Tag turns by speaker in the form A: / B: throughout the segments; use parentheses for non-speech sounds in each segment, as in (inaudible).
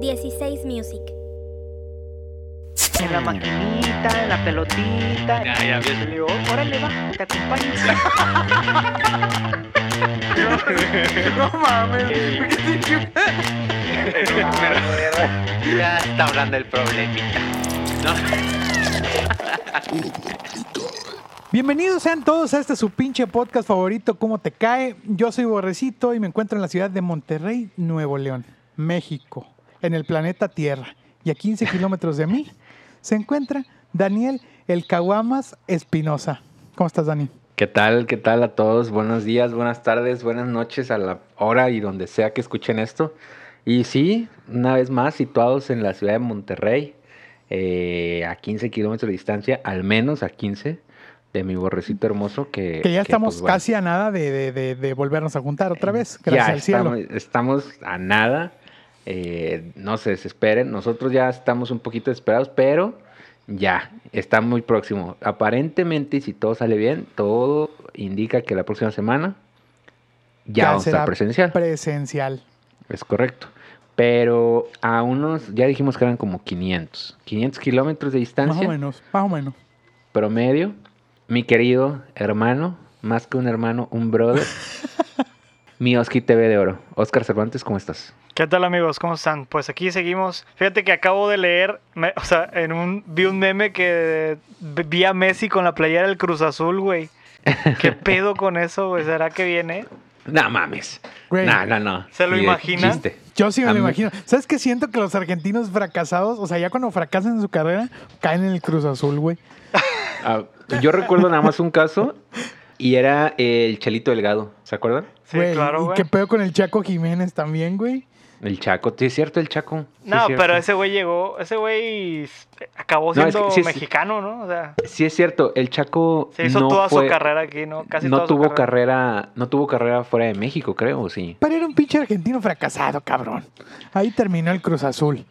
A: 16 Music.
B: En la maquinita, en la pelotita.
C: Ya, ya, ves.
B: Le digo, órale, va, te acompaño. (laughs) no, no mames. (laughs)
C: ya está hablando el problemita.
D: Bienvenidos sean todos a este su pinche podcast favorito, ¿Cómo te cae? Yo soy Borrecito y me encuentro en la ciudad de Monterrey, Nuevo León, México, en el planeta Tierra. Y a 15 kilómetros de mí se encuentra Daniel El Caguamas Espinosa. ¿Cómo estás, Dani?
E: ¿Qué tal? ¿Qué tal a todos? Buenos días, buenas tardes, buenas noches a la hora y donde sea que escuchen esto. Y sí, una vez más, situados en la ciudad de Monterrey, eh, a 15 kilómetros de distancia, al menos a 15, de mi borrecito hermoso que...
D: Que ya
E: que,
D: estamos
E: pues, bueno, Eh,
D: casi a nada de, de- de- de volvernos a juntar otra vez,
E: ya
D: gracias al cielo.
E: estamos, estamos a nada. eh, no se desesperen. Nosotros ya estamos un poquito desesperados, pero ya está muy próximo. Aparentemente, y si todo sale bien, todo indica que la próxima semana ya, vamos a
D: será
E: estar presencial.
D: Presencial.
E: es correcto. Pero a unos, ya dijimos que eran como 500. 500 kilómetros de
D: Más o
E: distancia
D: menos, más o menos.
E: promedio. Mi querido hermano, más que un hermano, un
D: (laughs)
E: brother. mi Oski TV de Oro. Oscar Cervantes, ¿cómo estás?
F: ¿Qué tal amigos? ¿Cómo están? Pues aquí seguimos. Fíjate que acabo de leer, me- o sea, en un, vi un meme que vi a Messi con la playera del Cruz Azul, güey.
E: (laughs)
F: ¿Qué pedo con eso, güey? ¿Será que viene?
E: No mames.
D: Güey.
E: No, no, no.
F: ¿Se lo
E: Ni de
F: imagina?
E: chiste.
D: Yo sí me
E: A
D: lo
E: mí-
D: imagino. ¿Sabes qué siento que los argentinos fracasados, o sea, ya cuando fracasan en su carrera, caen en el Cruz Azul, güey?
E: Ah, yo recuerdo nada más un caso y era el Chelito Delgado. ¿Se acuerdan?
F: Sí,
D: Güey,
F: claro,
D: Y
F: güey.
D: qué pedo con el Chaco Jiménez también, güey.
E: El Chaco. Sí, es cierto, el Chaco. Sí,
F: No,
E: es
F: pero
E: cierto.
F: ese güey llegó, ese güey s- acabó
E: No, es que
F: siendo
E: sí es-
F: mexicano, ¿no? O sea,
E: Sí, es cierto. El Chaco.
F: se hizo
E: no
F: toda
E: fue-
F: su carrera aquí, ¿no? Casi
E: no
F: toda su
E: tuvo carrera. No tuvo carrera fuera de México, creo, ¿o sí.
D: Pero era un pinche argentino fracasado, cabrón. Ahí terminó el Cruz Azul.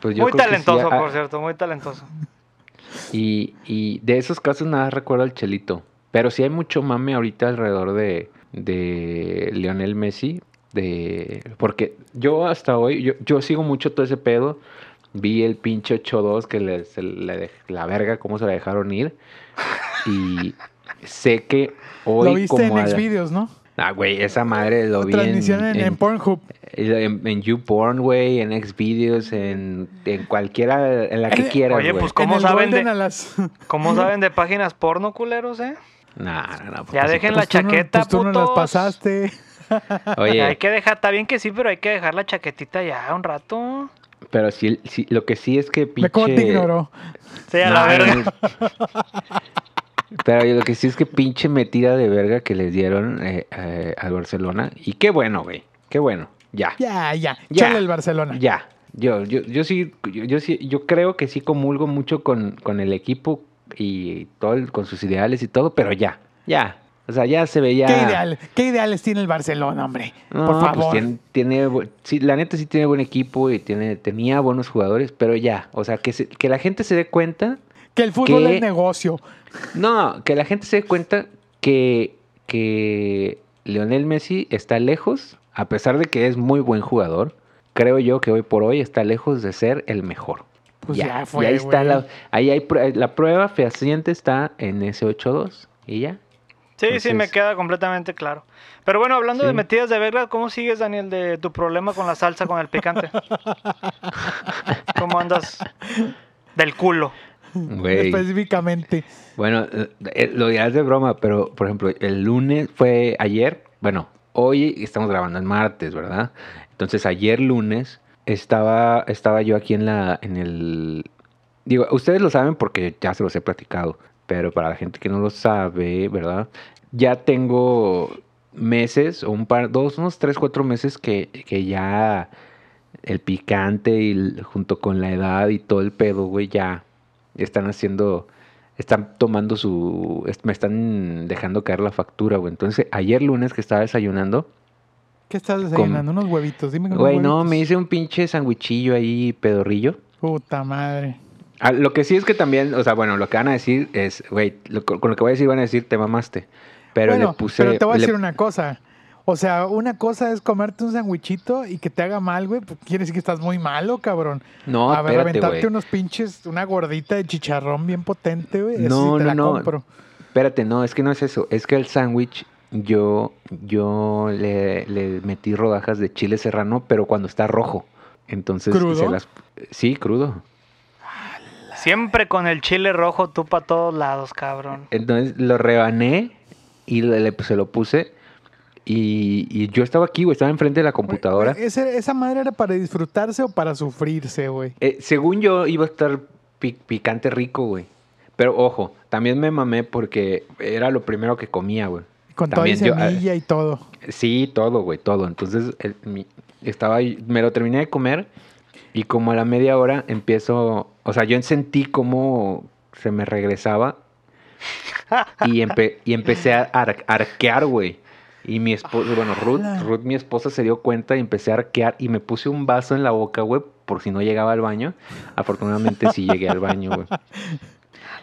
E: Pues yo
F: Muy
E: creo que sí,
F: talentoso,
E: ah,
F: por cierto, muy talentoso.
E: Y, y de esos casos nada más recuerdo al Chelito. Pero sí hay mucho mame ahorita alrededor de, de Lionel Messi. De, porque yo hasta hoy, yo, yo sigo mucho todo ese pedo. Vi el pinche 8-2 que le, se le dej- la verga, cómo se la dejaron ir. Y sé que hoy
D: (laughs) lo viste
E: como
D: en
E: a la-
D: Xvideos, ¿no?
E: Ah, güey, esa madre lo vi en-
D: Transmisión en, en
E: en-
D: Pornhub.
E: en, en YouPorn, güey, en Xvideos, en, en cualquiera, en la que
D: Eh,
E: quieras,
F: oye,
E: güey.
F: pues, ¿Cómo
D: en el
F: saben de-
D: Golden a las...
F: ¿Cómo saben de páginas porno, culeros, eh?
E: Nah, nah, nah, pues,
F: Ya
E: pues,
F: dejen En la
D: (laughs) Pues tú no-
F: chaqueta,
D: pues tú no las
F: putos.
D: pasaste.
E: Oye,
F: Hay que dejar, está bien que sí, pero hay que dejar la chaquetita ya un rato.
E: pero sí, sí, lo que sí es que pinche...
D: Ve cómo te ignoró.
F: Sí, a
E: No,
F: la verga.
E: no. (laughs) Pero lo que sí es que pinche metida de verga que les dieron eh, eh, al Barcelona. Y qué bueno, güey. Qué bueno. Ya.
D: Ya, ya.
E: Ya.
D: Chale el Barcelona.
E: Ya. Yo, yo, yo sí, yo, yo sí, yo creo que sí comulgo mucho con, con el equipo y todo el- con sus ideales y todo, pero ya, ya. O sea, ya se veía.
D: ¿Qué, ideal, ¿Qué ideales tiene el Barcelona, hombre?
E: No,
D: Por
E: pues
D: favor.
E: tiene, tiene bu- sí, la neta sí tiene buen equipo y tiene, tenía buenos jugadores, pero ya, o sea, que, se- que la gente se dé cuenta,
D: Que el fútbol
E: ¿Qué?
D: es negocio.
E: no, que la gente se dé cuenta que, que Lionel Messi está lejos, a pesar de que es muy buen jugador, creo yo que hoy por hoy está lejos de ser el mejor.
D: Pues ya, fue,
E: y ahí está
D: güey. (laughs)
E: la, ahí hay, prue- la prueba fehaciente está en ese 8-2 y ya.
F: (laughs) Sí, sí, me
E: Entonces-
F: queda completamente claro. Pero bueno, hablando de
E: Sí.
F: metidas de verga, ¿cómo sigues, Daniel, de tu problema con la salsa, con el
E: (laughs)
F: picante? ¿Cómo andas del culo?
D: Mm.
E: Güey.
D: Específicamente.
E: Bueno, eh, eh, lo dirás de broma, pero por ejemplo, el lunes fue ayer, bueno, hoy estamos grabando el martes, ¿verdad? Entonces ayer lunes estaba, estaba yo aquí en la, en el, digo, ustedes lo saben porque ya se los he platicado, pero para la gente que no lo sabe, ¿verdad? Ya tengo meses, o un par, dos, unos tres, cuatro meses que, que ya el picante y el- junto con la edad y todo el pedo, güey, ya están haciendo están tomando su. est- Me están dejando caer la factura, güey. Entonces, ayer lunes que estaba desayunando,
D: ¿Qué estás desayunando? Unos huevitos. Dime que unos
E: güey, no,
D: huevitos.
E: me hice un pinche sandwichillo ahí, pedorrillo.
D: Puta madre.
E: Ah, lo que sí es que también, o sea, bueno, lo que van a decir es, güey, lo- con lo que voy a decir van a decir, te mamaste. Pero
D: bueno,
E: le puse.
D: pero te voy a
E: le-
D: decir una cosa. O sea, una cosa es comerte un sandwichito y que te haga mal, güey. Pues quiere decir que estás muy malo, cabrón.
E: No,
D: a ver,
E: espérate,
D: aventarte
E: güey.
D: unos pinches, una gordita de chicharrón bien potente, güey. eso
E: No, no,
D: sí te la
E: no.
D: compro.
E: Espérate, no, es que no es eso. Es que el sándwich yo, yo le, le metí rodajas de chile serrano, pero cuando está rojo. Entonces,
D: ¿Crudo?
E: se las- sí, crudo.
F: Siempre con el chile rojo tú para todos lados, cabrón.
E: Entonces lo rebané y le, le- se lo puse. Y, y yo estaba aquí, güey, estaba enfrente de la computadora.
D: Ese- esa madre era para disfrutarse o para sufrirse, güey.
E: Eh, según yo iba a estar pi- picante rico, güey. Pero ojo, también me mamé porque era lo primero que comía, güey.
D: Con toda y
E: También yo- ah,
D: semilla y todo.
E: Sí, todo, güey, todo. Entonces el- mi- estaba, ahí- me lo terminé de comer y como a la media hora empiezo, o sea, yo sentí cómo se me regresaba y, empe- y empecé a ar- arquear, güey. Y mi esposa, bueno, Ruth,
D: ¡Hala!
E: Ruth, mi esposa, se dio cuenta y empecé a arquear y me puse un vaso en la boca, güey, por si no llegaba al baño. Afortunadamente sí llegué al baño,
F: (laughs)
E: güey.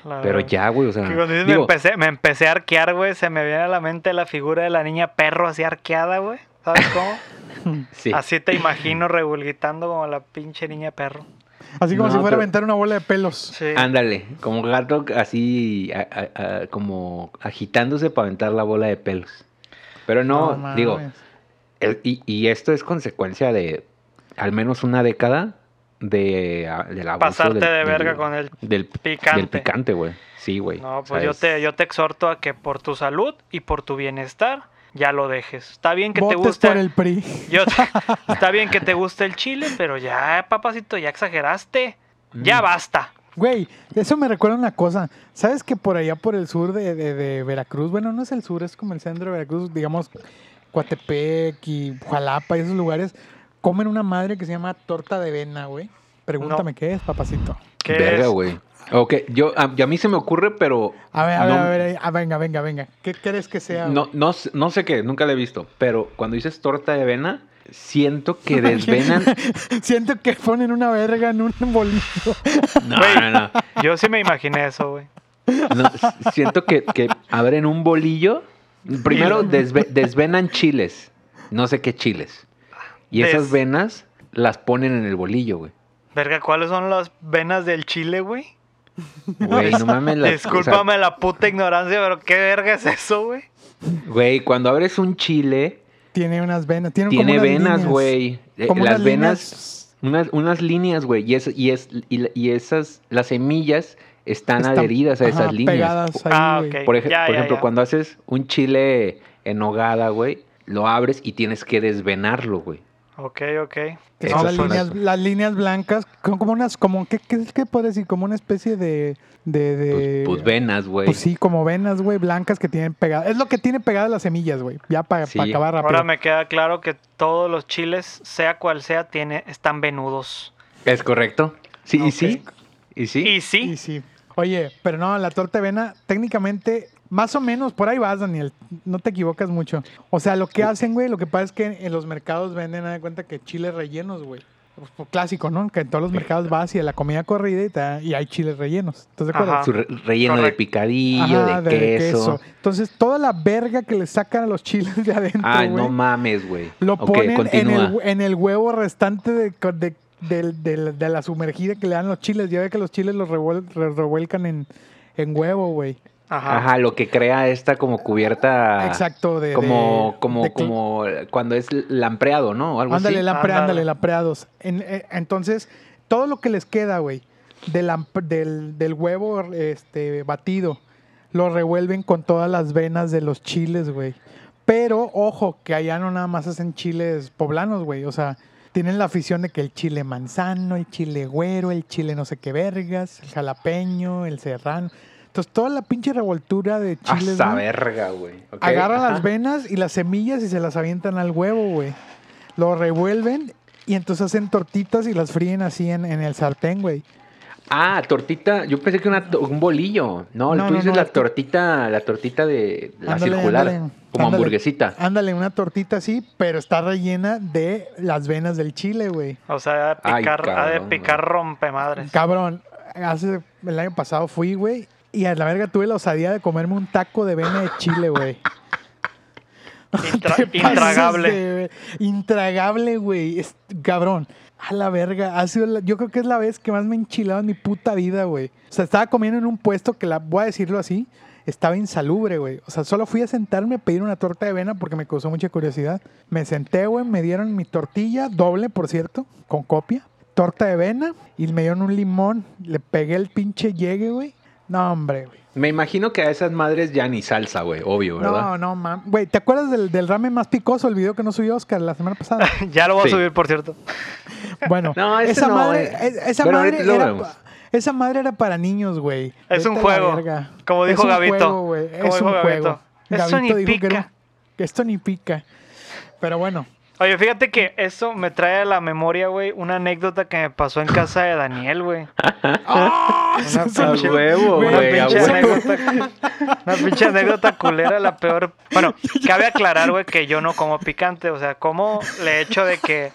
F: La
E: Pero
F: verdad.
E: ya, güey, o sea,
F: Ah. Que cuando dices, me,
E: digo,
F: empecé, me empecé a arquear, güey, se me viene a la mente la figura de la niña perro así arqueada, güey. ¿Sabes cómo?
E: (laughs) sí.
F: Así te imagino rebulguitando como la pinche niña perro.
D: Así como
E: No,
D: si fuera a
E: pero-
D: aventar una bola de pelos.
F: Sí.
E: Ándale, como gato así, a- a- a- como agitándose para aventar la bola de pelos. Pero no,
D: mames.
E: digo, el- y, y esto es consecuencia de al menos una década de, a- del abuso
F: Pasarte
E: del-
F: de verga
E: del-
F: con el
E: del
F: picante.
E: Del picante, güey. Sí, güey.
F: No,
E: O
F: pues
E: sea,
F: yo
E: es-
F: te, yo te exhorto a que por tu salud y por tu bienestar ya lo dejes. Está bien que
D: Votes
F: te guste.
D: por el PRI.
F: (laughs) yo te- está bien que te guste el chile, pero ya, papacito, ya exageraste. Ya
E: Mm.
F: basta.
D: Güey, eso me recuerda una cosa. ¿Sabes que por allá por el sur de, de- de Veracruz, bueno, no es el sur, es como el centro de Veracruz, digamos, Coatepec y Jalapa y esos lugares, comen una madre que se llama torta de avena, güey? Pregúntame qué es, papacito.
F: ¿Qué
E: verga,
F: es?
E: güey. Ok, yo, a, y a mí se me ocurre, pero
D: A ver, a ver,
E: No.
D: a ver, a- venga, venga, venga. ¿Qué crees que sea?
E: no,
D: güey?
E: no, sé- no sé qué, nunca la he visto. Pero cuando dices torta de avena, siento que desvenan.
D: Siento que ponen una verga en un bolillo.
E: No, no, no.
F: Yo sí me imaginé eso, güey.
E: No, s- siento que, que abren un bolillo. Primero desve- desvenan chiles. No sé qué chiles. Y esas
F: Des-
E: venas las ponen en el bolillo, güey.
F: Verga, ¿cuáles son las venas del chile, güey?
E: Güey, no mames. las- o sea,
F: Discúlpame la puta ignorancia, pero ¿qué verga es eso, güey?
E: Güey, cuando abres un chile,
D: Tiene unas venas, tiene, como
E: tiene
D: unas
E: venas,
D: líneas.
E: güey. Eh,
D: Como
E: Las
D: unas
E: venas,
D: líneas
E: unas, unas líneas, güey. Y, es, y, es, y, la- y esas, las semillas están,
D: están-
E: adheridas a esas
D: ajá,
E: líneas.
D: Pegadas ahí,
F: Ah,
D: güey.
F: ok.
E: Por, ej-
F: Ya,
E: por
F: ya,
E: ejemplo,
F: ya.
E: cuando haces un chile en hogada, güey, lo abres y tienes que desvenarlo, güey.
F: Ok, ok.
D: Que
E: Eso
D: son las
E: suena-
D: líneas, las líneas blancas, son como unas, como, ¿qué, qué, qué puedo decir? Como una especie de... de, de-
E: Pues, pues venas, güey.
D: Eh, Pues sí, como venas, güey, blancas que tienen pegadas. Es lo que tiene pegadas las semillas, güey. Ya para
E: Sí.
D: acabar rápido.
F: Ahora me queda claro que todos los chiles, sea cual sea, tiene, están venudos.
E: Es correcto. Sí, y sí. Y sí.
F: Y sí,
D: Y sí. Oye, pero no, la torta de avena, técnicamente, más o menos, por ahí vas, Daniel. No te equivocas mucho. O sea, lo que hacen, güey, lo que pasa es que en los mercados venden, haz de cuenta que chiles rellenos, güey. Pues, pues, Clásico, ¿no? Que en todos los mercados vas y de la comida corrida y, te da- y hay chiles rellenos. ¿Estás de acuerdo?
F: Ajá.
E: Su re- relleno de
F: Correcto.
E: picadillo,
D: Ajá,
E: de, queso.
D: Entonces, toda la verga que le sacan a los chiles de adentro,
E: Ay, Ah, no
D: güey,
E: mames, güey.
D: lo
E: Ok,
D: ponen en,
E: continúa.
D: el, en el huevo restante de, de- del- del- de la sumergida que le dan los chiles. Ya ve que los chiles los revuel- re- revuelcan en, en huevo, güey.
F: Ajá.
E: Ajá, lo que crea esta como cubierta.
D: Exacto, de...
E: Ah, Como,
D: de-
E: como,
D: de-
E: como cuando es lampreado, ¿no? O Algo
D: Ándale,
E: así.
D: lampre,
F: Ándale.
D: ándale, lampreados. En- eh, entonces, todo lo que les queda, güey, del, amp- del, del huevo este, batido, lo revuelven con todas las venas de los chiles, güey. Pero, ojo, que allá no nada más hacen chiles poblanos, güey. O sea, tienen la afición de que el chile manzano, el chile güero, el chile no sé qué vergas, el jalapeño, el serrano. Entonces, toda la pinche revoltura de chiles,
E: Hasta
D: güey,
E: Ah, verga, güey. Ok,
D: Agarran
E: ajá.
D: las venas y las semillas y se las avientan al huevo, güey. Lo revuelven y entonces hacen tortitas y las fríen así en, en el sartén, güey.
E: Ah, tortita. Yo pensé que una to- un bolillo. No,
D: No,
E: tú
D: no,
E: dices
D: no,
E: la
D: es que-
E: tortita, la tortita de la
D: Ándale,
E: circular,
D: ándale,
E: como
D: ándale.
E: hamburguesita.
D: Ándale, una tortita así, pero está rellena de las venas del chile, güey.
F: O sea, ha de
E: Ay,
F: picar, ha de
E: cabrón,
F: picar
E: güey.
F: rompemadres.
D: Cabrón, hace el año pasado fui, güey, y a la verga tuve la osadía de comerme un taco de vena de chile, güey.
E: (laughs)
F: Intra-
D: Te pasas
F: intragable.
D: de- (laughs) intragable, güey. Es- Cabrón. A la verga. Ha sido la- yo creo que es la vez que más me he enchilado en mi puta vida, güey. O sea, estaba comiendo en un puesto que, la, voy a decirlo así, estaba insalubre, güey. O sea, solo fui a sentarme a pedir una torta de avena porque me causó mucha curiosidad. Me senté, güey, me dieron mi tortilla, doble, por cierto, con copia. Torta de avena y me dieron un limón. Le pegué el pinche llegue, güey. No, hombre, güey.
E: Me imagino que a esas madres ya ni salsa, güey, obvio,
D: No,
E: ¿verdad?
D: no, mam. Güey, ¿te acuerdas del, del ramen más picoso, el video que no subió Oscar la semana pasada?
F: (laughs) Ya lo voy a
E: Sí.
F: subir, por cierto.
D: Bueno,
E: (laughs) No, ese
D: esa
E: no,
D: madre,
E: eh.
D: es- esa
E: Bueno,
D: madre
E: ahorita lo
D: era,
E: vemos.
D: pa- esa madre era para niños, güey.
F: Es
D: Vete
F: un
D: a la
F: juego,
D: verga.
F: como dijo
D: es un
F: Gabito.
D: Juego, güey,
F: Como
D: es
F: dijo
D: un
F: Gabito.
D: juego.
F: Eso ni
D: dijo que era un-
F: pica.
D: que esto ni pica.
E: (laughs)
D: Pero bueno,
F: Oye, fíjate que eso me trae a la memoria, güey, una anécdota que me pasó en casa de Daniel, güey. Una
E: (laughs) A
F: pinche-
E: huevo,
F: Una
E: (laughs) güey, a
F: pinche
E: huevo.
D: (laughs)
F: anécdota, una pinche anécdota culera, la peor. Bueno, cabe aclarar, güey, que yo no como picante. O sea, como le echo de que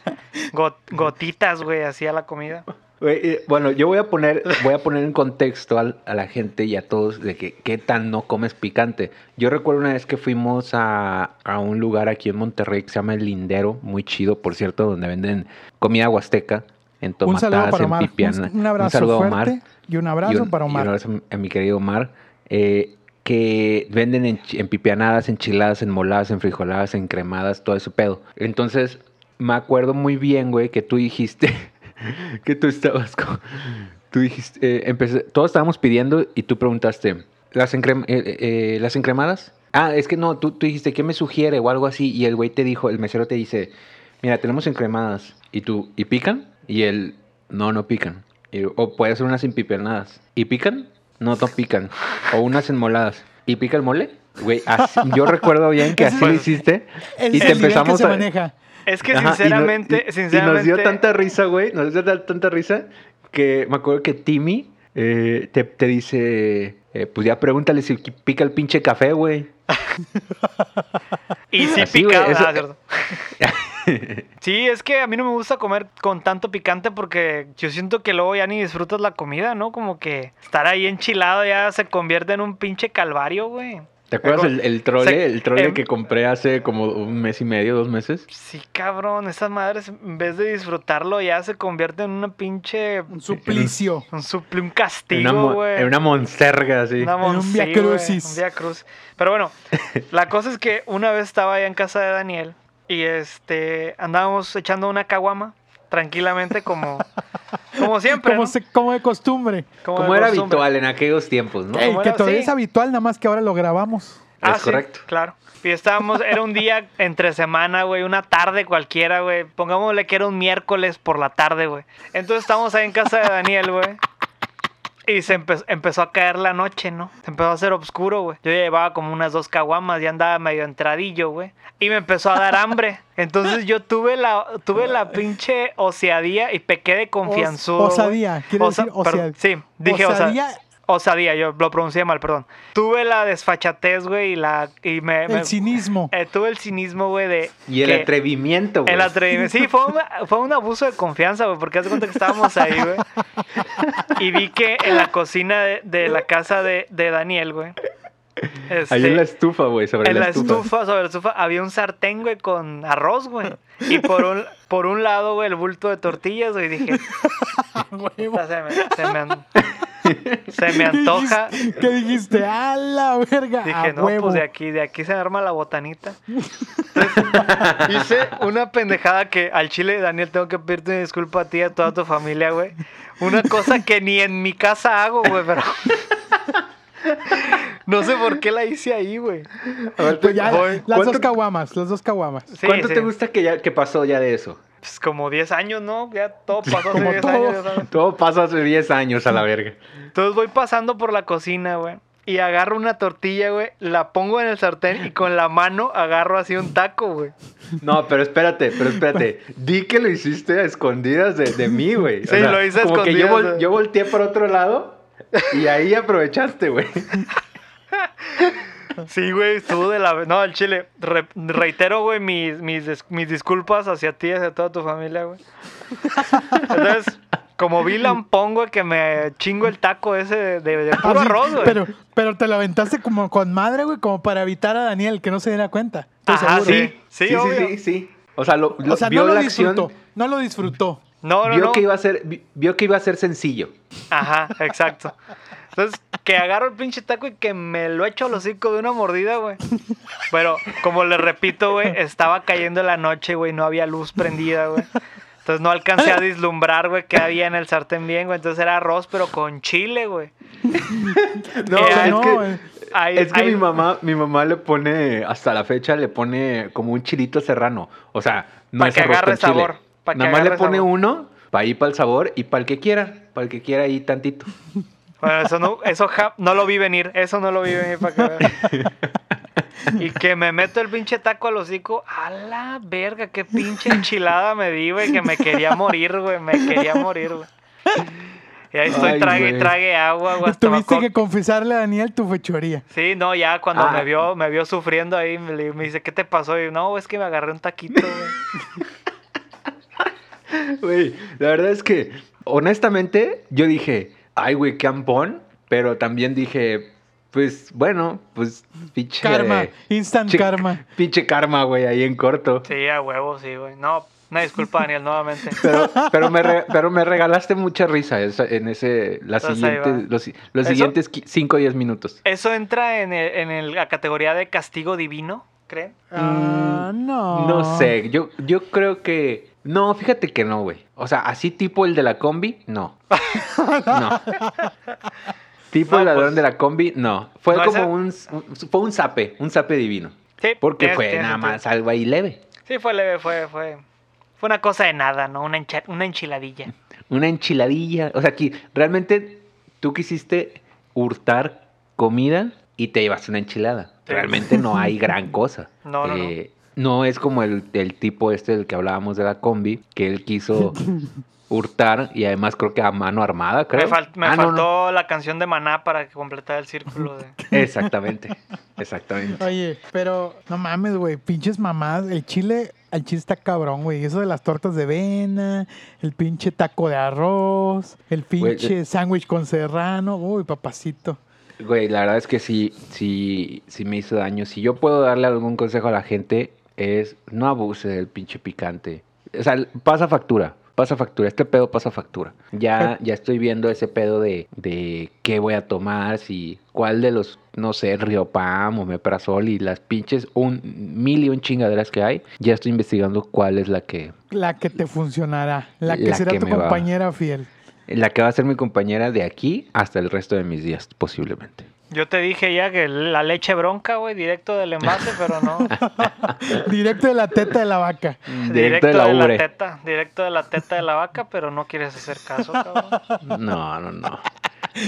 F: got- gotitas, güey, hacía la comida.
E: Güey, eh, Bueno, yo voy a poner, voy a poner en contexto al- a la gente y a todos de que qué tan no comes picante. Yo recuerdo una vez que fuimos a, a un lugar aquí en Monterrey que se llama El Lindero, muy chido, por cierto, donde venden comida huasteca en
D: un saludo
E: tomatadas,
D: para
E: en
D: Omar.
E: pipiana.
D: Un, un abrazo
E: saludo
D: fuerte
E: a Omar.
D: y un abrazo
E: y un- y
D: para
E: un
D: Omar.
E: abrazo a mi querido Omar. eh, que venden en, en pipianadas, enchiladas, enmoladas, enfrijoladas, encremadas, todo ese pedo. Entonces, me acuerdo muy bien, güey, que tú dijiste que tú estabas con. Tú dijiste. eh, empecé- todos estábamos pidiendo y tú preguntaste. ¿Las, encrem- eh, eh, ¿las encremadas? Ah, es que no, tú, tú dijiste, ¿qué me sugiere? O algo así. Y el güey te dijo, el mesero te dice, mira, tenemos encremadas. Y tú, ¿y pican? Y él, no, no pican. Y yo, o puede ser unas sin pipernadas. ¿Y pican? No, no pican. O unas enmoladas. ¿Y pica el mole? Güey, así- yo recuerdo bien que así lo
F: Pues,
E: hiciste.
D: El-
E: y
D: el
E: te
D: nivel que
E: empezamos
D: se
E: a...
D: maneja.
F: Es que
E: Ajá, y no-
F: sinceramente,
E: y- y
F: sinceramente.
E: nos dio tanta risa, güey. Nos dio ta- tanta risa que me acuerdo que Timmy eh, te, te dice: eh, Pues ya pregúntale si qui- pica el pinche café, güey.
F: Y sí
E: (laughs) Así,
F: picaba.
E: güey, eso-
F: ah, cierto.
E: (laughs)
F: sí, es que a mí no me gusta comer con tanto picante porque yo siento que luego ya ni disfrutas la comida, ¿no? Como que estar ahí enchilado ya se convierte en un pinche calvario, güey.
E: ¿Te acuerdas el, el trole?
F: Se-
E: el trole
F: em-
E: que compré hace como un mes y medio, dos meses.
F: Sí, cabrón, esas madres en vez de disfrutarlo ya se convierte en una pinche
D: Un suplicio.
F: un supli, un
E: En una,
F: castigo,
E: mo-
F: güey.
E: en una monserga, así.
F: Una mon-
D: En un
F: sí,
D: Via
F: güey,
D: Crucis.
F: un Via Cruz. Pero bueno, la cosa es que una vez estaba allá en casa de Daniel y este andábamos echando una caguama tranquilamente como como siempre,
D: (laughs) Como,
F: ¿no?
D: se- como de costumbre.
F: Como de
E: Como era
F: costumbre.
E: habitual en aquellos tiempos, ¿no?
D: Ey,
F: bueno,
D: que todavía
F: sí.
D: es habitual, nada más que ahora lo grabamos.
F: Eh, Ah,
E: es
F: sí,
E: correcto.
F: claro. Y estábamos, era un día entre semana, güey, una tarde cualquiera, güey. Pongámosle que era un miércoles por la tarde, güey. Entonces estábamos ahí en casa de Daniel, güey. Y se empe- empezó a caer la noche, ¿no? Se empezó a hacer oscuro, güey. Yo ya llevaba como unas dos caguamas, ya andaba medio entradillo, güey. Y me empezó a dar hambre. Entonces yo tuve la, tuve la pinche oseadía y pequé de confianzudo. güey.
D: osadía, quiere decir
F: perdón,
D: osadía.
F: Sí, dije eh, osadía.
D: Osadía,
F: Osadía, yo lo pronuncié mal, perdón. Tuve la desfachatez, güey, y la y me, me-
D: el cinismo.
F: eh, tuve el cinismo, güey, de
E: Y el
F: que-
E: atrevimiento, güey.
F: el atrevimiento. Sí, fue un, fue un abuso de confianza, güey, porque hace cuenta que estábamos ahí, güey. Y vi que en la cocina de, de la casa de, de Daniel, güey. este,
E: Ahí en la estufa, güey, sobre
F: en
E: la, estufa.
F: sobre la estufa, había un sartén, güey, con arroz, güey. Y por un, por un lado, güey, el bulto de tortillas, güey, dije,
D: (laughs) Huevo.
F: "Puta, se me, se me an- se me antoja.
D: (laughs) ¿Qué dijiste? ¿Qué dijiste? A la verga.
F: Dije,
D: a
F: no,
D: huevo.
F: pues de aquí, de aquí se arma la
D: (laughs)
F: botanita. Entonces, hice una pendejada que al chile, Daniel, tengo que pedirte una disculpa a ti y a toda tu familia, güey. Una cosa que ni en mi casa hago, güey, pero. (laughs) No sé por qué la hice ahí, güey.
D: (laughs) Pues ya,
F: Voy.
D: las dos
E: ¿Cuánto-
D: caguamas, las dos caguamas.
F: Sí,
E: ¿Cuánto
F: sí.
E: te gusta que, ya, que pasó ya de eso?
F: Pues como 10 años, ¿no? Ya todo pasó hace
D: Como
F: 10
D: todo.
F: años. ya sabes.
E: (laughs) Todo pasa hace 10 años a la verga.
F: Entonces voy pasando por la cocina, güey. Y agarro una tortilla, güey. La pongo en el sartén y con la mano agarro así un taco, güey.
E: No, pero espérate, pero espérate. Di que lo hiciste a escondidas de, de mí, güey.
F: Sí, lo hice a
E: como que yo,
F: escondidas,
E: vol-
F: güey.
E: yo volteé por otro lado y ahí aprovechaste, güey.
F: Sí, güey, estuvo de la... No, al chile, re- reitero, güey, mis, mis, dis- mis disculpas hacia ti, hacia toda tu familia, güey. Entonces, Como vi Pongo que me chingo el taco ese de, de, de
E: Ah,
F: puro
D: Así,
F: arroz, güey.
D: pero, pero te lo aventaste como con madre, güey, como para evitar a Daniel que no se diera cuenta. Estoy
F: Ajá,
D: seguro.
F: Ah, sí. Sí, obvio.
E: sí, sí. O sea, lo, lo-
D: O sea,
E: vio
D: no lo
E: la
D: disfrutó.
E: acción,
D: No lo disfrutó.
F: No, no,
E: vio
F: no.
E: que iba a ser, vi- vio que iba a ser sencillo.
F: Ajá, exacto. Entonces, que agarro el pinche taco y que me lo echo a los cinco de una mordida, güey. Pero, como les repito, güey, estaba cayendo la noche, güey, no había luz prendida, güey. Entonces no alcancé a vislumbrar, güey, que había en el sartén bien, güey. Entonces era arroz, pero con chile, güey.
E: No,
F: Eh,
E: es
D: no,
E: que,
D: güey.
F: Ahí-
E: es que
F: ahí-
E: mi mamá, mi mamá le pone, hasta la fecha, le pone como un chilito serrano. O sea, no
F: Pa'
E: es
F: que
E: arroz
F: agarre
E: con chile.
F: sabor, pa' que
E: Nada más le
F: agarre
E: pone
F: sabor.
E: uno, para ir para el sabor y para el que quiera, para el que quiera
F: (laughs)
E: ahí tantito.
F: Bueno, eso no, eso ja- no lo vi venir, eso no lo vi venir para que veas. Y que me meto el pinche taco al hocico, a la verga, qué pinche enchilada me di, güey, que me quería morir, güey, me quería morir, güey. Y ahí estoy,
E: Ay,
F: trague y
E: güey.
F: trague agua, güey, hasta me
D: Tuviste
F: acuer-
D: que confesarle a Daniel tu fechoría.
F: Sí, no, ya cuando
E: Ah.
F: me vio, me vio sufriendo ahí, me, le- me dice, ¿qué te pasó? Y yo, no, es que me agarré un taquito, güey.
E: Güey, la verdad es que, honestamente, yo dije, ay, güey, qué ampón, pero también dije, pues, bueno, pues, pinche...
D: Karma, instant
E: chi-
D: karma.
E: Pinche karma, güey, ahí en corto.
F: Sí, a huevo, sí, güey. No, una disculpa, Daniel,
E: (laughs)
F: nuevamente. (laughs)
E: Pero, pero, me re- pero me regalaste mucha risa esa- en ese, la
F: Entonces, ahí
E: siguiente-
F: va.
E: los, si- los
F: ¿Eso?
E: siguientes 5 o 10 minutos.
F: ¿Eso entra en, el- en el- la categoría de castigo divino, creen?
D: Ah, no.
E: No sé, yo, yo creo que... No, fíjate que no, güey. O sea, así tipo el de la combi, no. No. Tipo
F: No,
E: el ladrón
F: pues-
E: de la combi, no. Fue
F: No, ese-
E: como un, un- Fue un zape, un zape divino.
F: Sí,
E: Porque
F: tiene-
E: fue
F: tiene
E: nada
F: sentido.
E: más algo ahí leve.
F: Sí, fue leve, fue, fue. Fue una cosa de nada, ¿no? Una, encha- una enchiladilla.
E: Una enchiladilla. O sea, aquí realmente tú quisiste hurtar comida y te llevaste una enchilada.
F: Sí.
E: Realmente no hay gran cosa.
F: (laughs)
E: Eh,
F: No, no, no.
E: no es como el, el tipo este del que hablábamos de la combi, que él
F: (laughs)
E: quiso hurtar y además creo que a mano armada, creo.
F: Me, fal- me
E: Ah, no,
F: faltó
E: no.
F: la canción de Maná para completar el círculo. De...
E: (laughs) Exactamente, exactamente.
D: Oye, pero no mames, güey, pinches mamás. El chile, el chile está cabrón, güey. Eso de las tortas de avena, el pinche taco de arroz, el
E: Güey,
D: pinche sándwich con serrano. Uy, papacito.
E: Güey, la verdad es que sí, sí, sí me hizo daño. Si yo puedo darle algún consejo a la gente es no abuse del pinche picante. O sea, pasa factura, pasa factura. Este pedo pasa factura. Ya, ya estoy viendo ese pedo de, de qué voy a tomar, si cuál de los, no sé, Riopam o Meprazol y las pinches un mil y un chingaderas que hay. Ya estoy investigando cuál es la que,
D: La que te funcionará, la que
E: La
D: será
E: que
D: tu
E: me va.
D: compañera
E: (laughs)
D: fiel.
E: la que va a ser mi compañera de aquí hasta el resto de mis días, posiblemente.
F: Yo te dije ya que la leche bronca, güey, directo del envase, pero no.
D: Directo de la teta de la vaca.
E: (laughs) Mm, Directo,
F: directo
E: de la E.
F: de la
E: ubre.
F: teta. Directo de la teta de la vaca, pero no quieres hacer caso, cabrón.
E: No,
F: (laughs)
E: no, no.
D: No,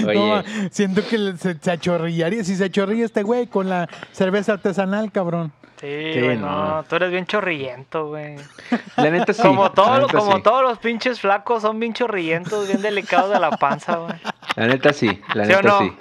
E: Oye,
D: siento que le- se, se achorrillaría. Si se achorrilla este güey con la cerveza artesanal, cabrón.
F: Sí,
E: Sí,
F: güey,
E: no.
F: no. Tú eres bien chorrillento, güey.
E: la neta sí.
F: como todo-
E: la neta
F: como
E: sí.
F: todos los pinches flacos son bien chorrillentos, bien delicados de la panza, güey.
E: La neta sí, la
F: ¿Sí o
E: neta
F: no?
E: sí.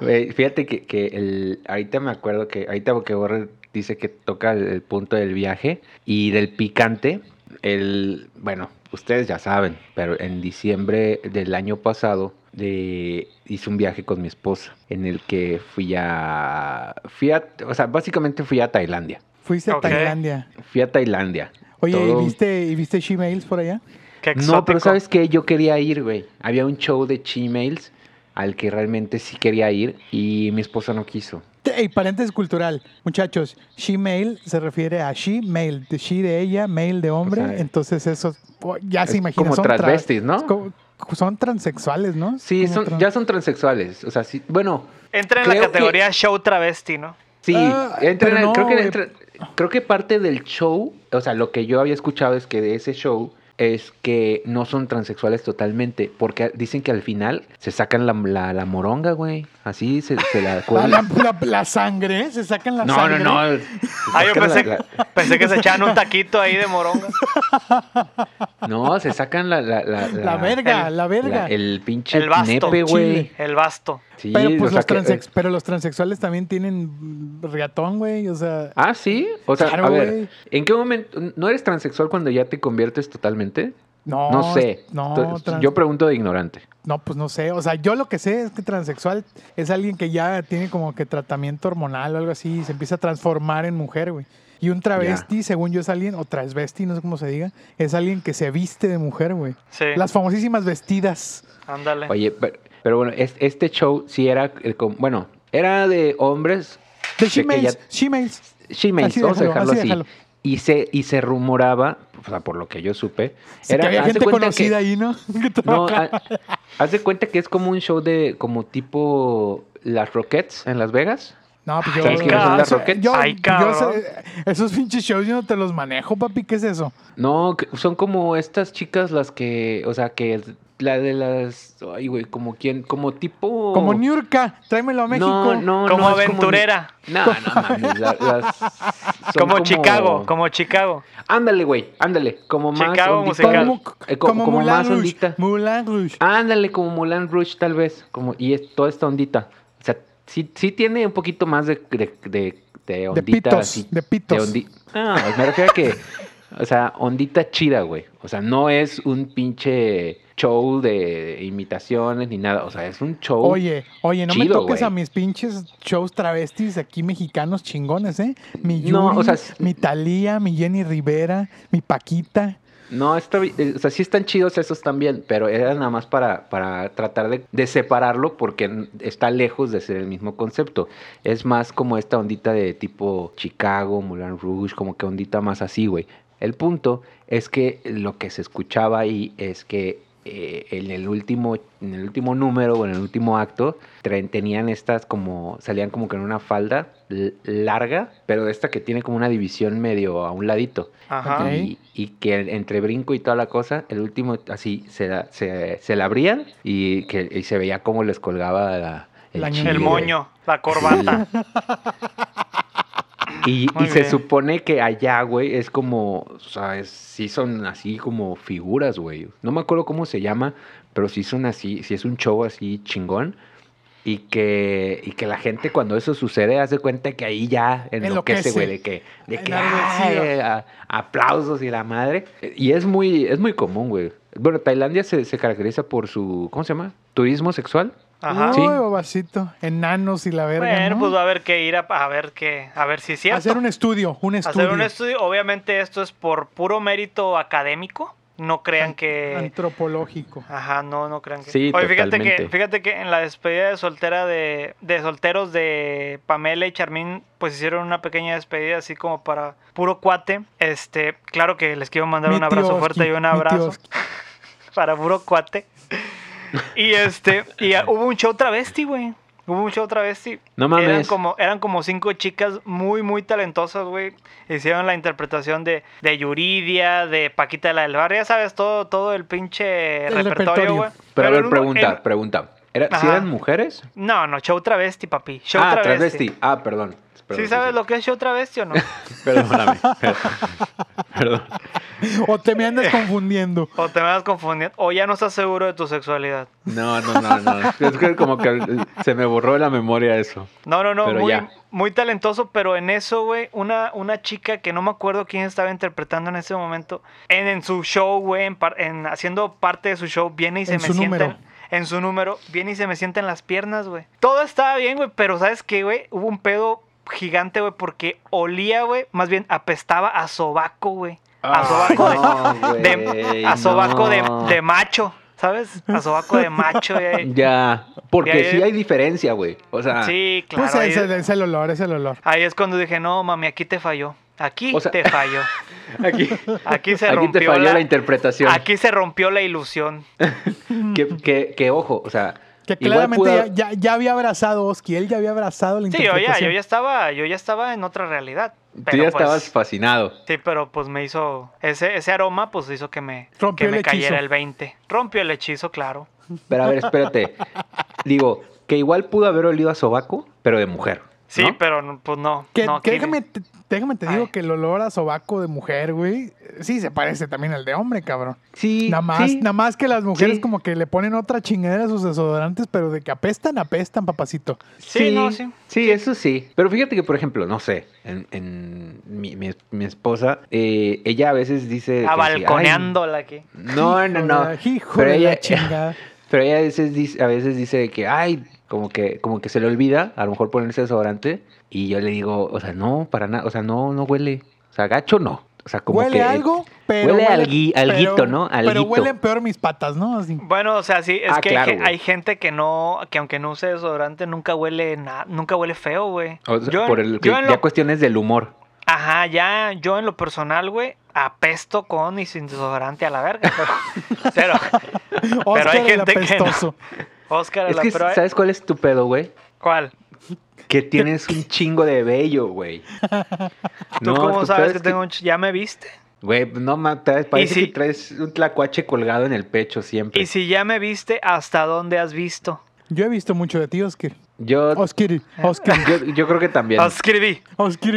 E: Güey, fíjate que, que el, ahorita me acuerdo que ahorita porque Borre dice que toca el, el punto del viaje y del picante. El, bueno, ustedes ya saben, pero en diciembre del año pasado de, hice un viaje con mi esposa en el que fui a, fui a, o sea, básicamente fui a Tailandia.
D: Fuiste
F: Ok.
D: a Tailandia.
E: Fui a Tailandia.
D: Oye, ¿y
E: Todo-
D: viste, ¿y viste She-Mails por allá?
F: Qué
E: No, pero
F: exótico.
E: ¿sabes qué? Yo quería ir, güey. Había un show de Gmails al que realmente sí quería ir y mi esposa no quiso.
D: Y paréntesis cultural, muchachos, she-mail se refiere a she-mail, de she de ella, mail de hombre,
E: O sea,
D: entonces eso oh, ya se
E: es
D: imagina.
E: como
D: tra-
E: transvestis, ¿no?
D: es como- son transexuales, ¿no?
E: Sí,
D: Como
E: son,
D: tran-
E: ya son transexuales. O sea, sí, bueno,
F: Entra en la
E: Creo
F: categoría show travesti, ¿no?
E: sí,
D: Ah,
E: entra en
D: pero
E: el-
D: no,
E: creo, que
D: güey.
E: entra- creo que parte del show, o sea, lo que yo había escuchado es que de ese show es que no son transexuales totalmente, porque dicen que al final se sacan la, la- la moronga, güey. Así se, se
D: (laughs)
E: la
D: Ah,
E: cuelgan.
D: (laughs) La, la- la sangre, ¿eh? se sacan la
E: No, no,
D: sangre.
E: no. se
F: Ah, yo
E: sacan la-
F: pensé,
E: la-
F: pensé que se echaban un taquito ahí de moronga.
E: No, se sacan la... La, la,
D: La verga,
F: el-
D: la verga.
E: la- el pinche
F: El vasto.
E: nepe, güey.
D: Chile.
F: (laughs) El basto.
E: Sí,
D: pero,
E: o
D: pues
E: sea
D: los
E: que- eh,
D: transex- pero los transexuales también tienen mm, riatón, güey, o sea...
E: Ah, sí. O sea,
D: Claro,
E: a ver,
D: güey.
E: ¿en qué momento? ¿No eres transexual cuando ya te conviertes totalmente?
D: No,
E: No sé.
D: No,
E: Entonces,
D: trans-
E: Yo pregunto de ignorante.
D: no, pues no sé. O sea, yo lo que sé es que transexual es alguien que ya tiene como que tratamiento hormonal o algo así y se empieza a transformar en mujer, güey. Y un travesti, según yo, es alguien, o transvesti, no sé cómo se diga, es alguien que se viste de mujer, güey.
F: Sí,
D: Las famosísimas vestidas.
F: ándale.
E: Oye, per- pero, bueno, es- este show sí era, eh, com- bueno, era de hombres, Sé
D: De
E: que
D: shemales,
E: ya-
D: shemales.
E: shemales,
D: Así
E: vamos a
D: déjalo,
E: dejarlo
D: así
E: así.
D: déjalo.
E: Y se, y se rumoraba, o sea, por lo que yo supe,
D: Sí, que había
E: haz de
D: gente
E: cuenta que-
D: conocida ahí, ¿no? (laughs) Que
E: (laughs) No, ah,
D: trabaja-
E: ha- haz de cuenta que es como un show de, como tipo las Rockets en Las Vegas.
D: No, pues yo.
E: ¿Sabes quiénes son las
D: eso-
E: Rockets?
D: yo-
F: Ay,
D: yo
F: cabrón.
D: sé- esos pinches shows yo no te los manejo, papi. ¿Qué es eso?
E: No, que son como estas chicas las que, o sea, que la de las, ay, güey, como quien, como tipo...
D: Como Niurka, tráemelo a México.
E: Oh. no,
F: como
E: es
F: aventurera.
E: No, no mames. la- las- son
F: (laughs) Como, Chicago, como Chicago.
E: Ándale, güey, ándale. Como más.
F: Chicago
E: ondita,
F: musical.
E: Como, eh, co- como más
D: Rouge.
E: ondita.
D: Moulin Rouge.
E: Ándale, como Mulan Rouge, tal vez. Como, y es toda esta ondita. O sea, sí, sí tiene un poquito más de, de, de, de ondita.
D: pitos,
E: así,
D: de pitos.
E: ondi- No, pues me refiero a que. O sea, ondita chida, güey. O sea, no es un pinche show de imitaciones ni nada. O sea, es un show.
D: Oye, oye, no me
E: Chido,
D: toques
E: güey.
D: a mis pinches shows travestis aquí mexicanos chingones, ¿eh? Mi Yuri,
E: No, o sea, s-
D: mi Talía, mi Jenny Rivera, mi Paquita.
E: No, está, bi- eh, o sea, sí están chidos esos también, pero era nada más para, para tratar de, de separarlo porque n- está lejos de ser el mismo concepto. Es más como esta ondita de tipo Chicago, Moulin Rouge, como que ondita más así, güey. El punto es que lo que se escuchaba ahí es que eh, en, el último, en el último número o en el último acto tre- tenían estas como, salían como que en una falda l- larga, pero esta que tiene como una división medio a un ladito.
F: Ajá.
D: Ok.
E: Y, y que el- entre brinco y toda la cosa, el último así se la, se, se la abrían y, que, y se veía cómo les colgaba la-
D: La ñonga.
E: chile,
F: El
E: güey.
F: moño, la corbata.
E: Y, y
F: Muy
E: se
F: bien.
E: supone que allá, güey, es como, o sea, es- sí son así como figuras, güey. No me acuerdo cómo se llama, pero sí son así, sí es un show así chingón. Y que, y que la gente cuando eso sucede hace cuenta que ahí ya
D: Enloquece.
E: enloquece, güey, de que, de que
D: Enardecido.
E: ay, a- aplausos y la madre. Y es muy, es muy común, güey. Bueno, Tailandia se, se caracteriza por su, ¿cómo se llama? Turismo sexual.
F: Ajá.
E: Sí.
D: Uy, babacito. Enanos y la verga.
F: Bueno,
D: ¿no?
F: pues va a haber que ir a, a ver qué, a ver si es cierto.
D: Hacer un estudio, un estudio.
F: Hacer un estudio. Obviamente esto es por puro mérito académico. No crean que...
D: antropológico.
F: Ajá, no, no crean que...
E: Sí,
F: Oye, fíjate que,
E: totalmente.
F: fíjate que en la despedida de soltera de, de solteros de Pamela y Charmín, pues hicieron una pequeña despedida así como para puro cuate. Este, claro que les quiero mandar
D: Mi
F: un abrazo
D: tío
F: fuerte y
D: Oski,
F: un
D: mi tío
F: abrazo
D: Oski.
F: (laughs) para puro cuate. Y este, y ah, hubo un show travesti, güey. Hubo un show travesti.
E: No
F: Eran
E: mames.
F: como, eran como cinco chicas muy, muy talentosas, güey. Hicieron la interpretación de, de Yuridia, de Paquita la del Barrio. Ya sabes, todo, todo el pinche
D: El repertorio.
F: repertorio, güey.
E: Pero a
F: en
E: ver,
F: uno-
E: pregunta,
F: en-
E: pregunta. ¿Era, ¿Si
F: Ajá.
E: eran mujeres?
F: no, no, show travesti, papi. Show
E: ah,
F: travesti.
E: travesti. Ah, perdón.
F: ¿Sí sabes lo que es show travesti o no?
E: (laughs) Perdóname.
F: (laughs)
E: Perdón.
D: O te me
F: (laughs)
D: andas confundiendo.
F: o te me vas confundiendo. O ya no estás seguro de tu sexualidad.
E: No, no, no, no. Es que como que se me borró de la memoria eso.
F: No, no, no,
E: Pero
F: muy,
E: ya.
F: muy talentoso, pero en eso, güey, una, una chica que no me acuerdo quién estaba interpretando en ese momento, en, en su show, güey, en, par- en- haciendo parte de su show, viene y se
D: En
F: me
D: su
F: sienta...
D: número.
F: en- En su número, viene y se me sienta en las piernas, güey. Todo estaba bien, güey, pero ¿sabes qué, güey? Hubo un pedo gigante, güey, porque olía, güey, más bien apestaba a sobaco, güey. A sobaco de, de- a sobaco de, de macho, ¿sabes? A sobaco de macho,
E: (laughs)
F: güey.
E: Ya.
F: Y
E: Porque
F: ahí-
E: sí hay diferencia, güey. O sea,
F: Sí, claro.
D: Pues
F: ahí-
D: es, el- es el olor, es el olor.
F: Ahí es cuando dije, no, mami, aquí te falló. Aquí
E: O sea-
F: te falló. Aquí
E: aquí,
F: (laughs) se
E: (laughs) aquí te
F: rompió
E: falló
F: la,
E: la, interpretación.
F: Aquí se rompió la ilusión.
E: Que, que, que ojo, o sea.
D: Que
E: igual
D: claramente
E: pudo-
D: ya, ya- ya había abrazado Oski, él ya había abrazado la
F: Sí, yo ya,
D: interpretación.
F: yo ya estaba, yo ya estaba en otra realidad.
E: tú
F: Pero
E: ya
F: pues,
E: estabas fascinado.
F: Sí, pero pues me hizo. Ese, ese aroma, pues hizo que me,
D: Rompió
F: que
D: el
F: me cayera
D: hechizo.
F: el 20. Rompió el hechizo, claro.
E: Pero a ver, espérate. Digo, que igual pudo haber olido a sobaco, pero de mujer.
F: Sí,
E: ¿No? Eh,
F: pero no, pues no.
D: Que,
F: no
D: que
F: tiene-
D: déjame, te, déjame te digo
F: Ay.
D: que el olor a sobaco de mujer, güey, sí se parece también al de hombre, cabrón.
E: Sí,
D: Nada más,
E: sí.
D: nada más que las mujeres
E: Sí.
D: como que le ponen otra chingadera a sus desodorantes, pero de que apestan, apestan, papacito.
F: Sí, no, sí.
E: Sí, eso sí. Pero fíjate que, por ejemplo, no sé, en, en mi, mi- mi esposa, eh, ella a veces dice... que sí, ay,
F: Abalconeándola aquí.
E: No, no,
D: Hijo
E: no.
D: de la- hijo
E: Pero
D: de la
E: ella,
D: chingada.
E: pero ella a veces dice, a veces dice que, ay, como que, como que se le olvida, a lo mejor ponerse desodorante. Y yo le digo, o sea, no, para nada, o sea, no, no huele. O sea, gacho no. O sea, (laughs) como
D: huele
E: que- eh,
D: algo, pero.
E: huele algui- alguito,
D: pero-
E: ¿no?
D: Pero
E: Alguito.
D: huelen peor mis patas, ¿no? Así.
E: (laughs)
F: Bueno, o sea, sí, es
E: Ah,
F: que
E: claro,
F: hay,
E: güey.
F: hay gente que no, que aunque no use desodorante, nunca huele nada, nunca huele feo, güey.
E: o sea,
F: Yo en-
E: por el,
F: yo en
E: ya
F: lo-
E: cuestiones del humor.
F: Ajá, ya, yo en lo personal, güey, apesto con y sin desodorante a la verga.
E: (laughs)
F: Pero, pero
D: Oscar
F: hay
D: el
F: gente que no.
D: apestoso.
F: Oscar,
E: Es
F: la-
E: que,
F: pero hay-
E: ¿sabes cuál es tu pedo, güey?
F: ¿cuál?
E: Que tienes un chingo de vello, güey.
F: (laughs) ¿Tú
E: No,
F: cómo
E: tu
F: sabes
E: pedo
F: que
E: es
F: tengo un... ch- ¿Ya me viste?
E: Güey, no mames, parece
F: si-
E: que traes un tlacuache colgado en el pecho siempre.
F: Y si ya me viste, ¿hasta dónde has visto?
D: Yo he visto mucho de ti, Oscar.
E: Yo,
D: Oscar, Oscar,
E: (laughs) yo, yo creo que también.
F: Escribí.
D: Oscar.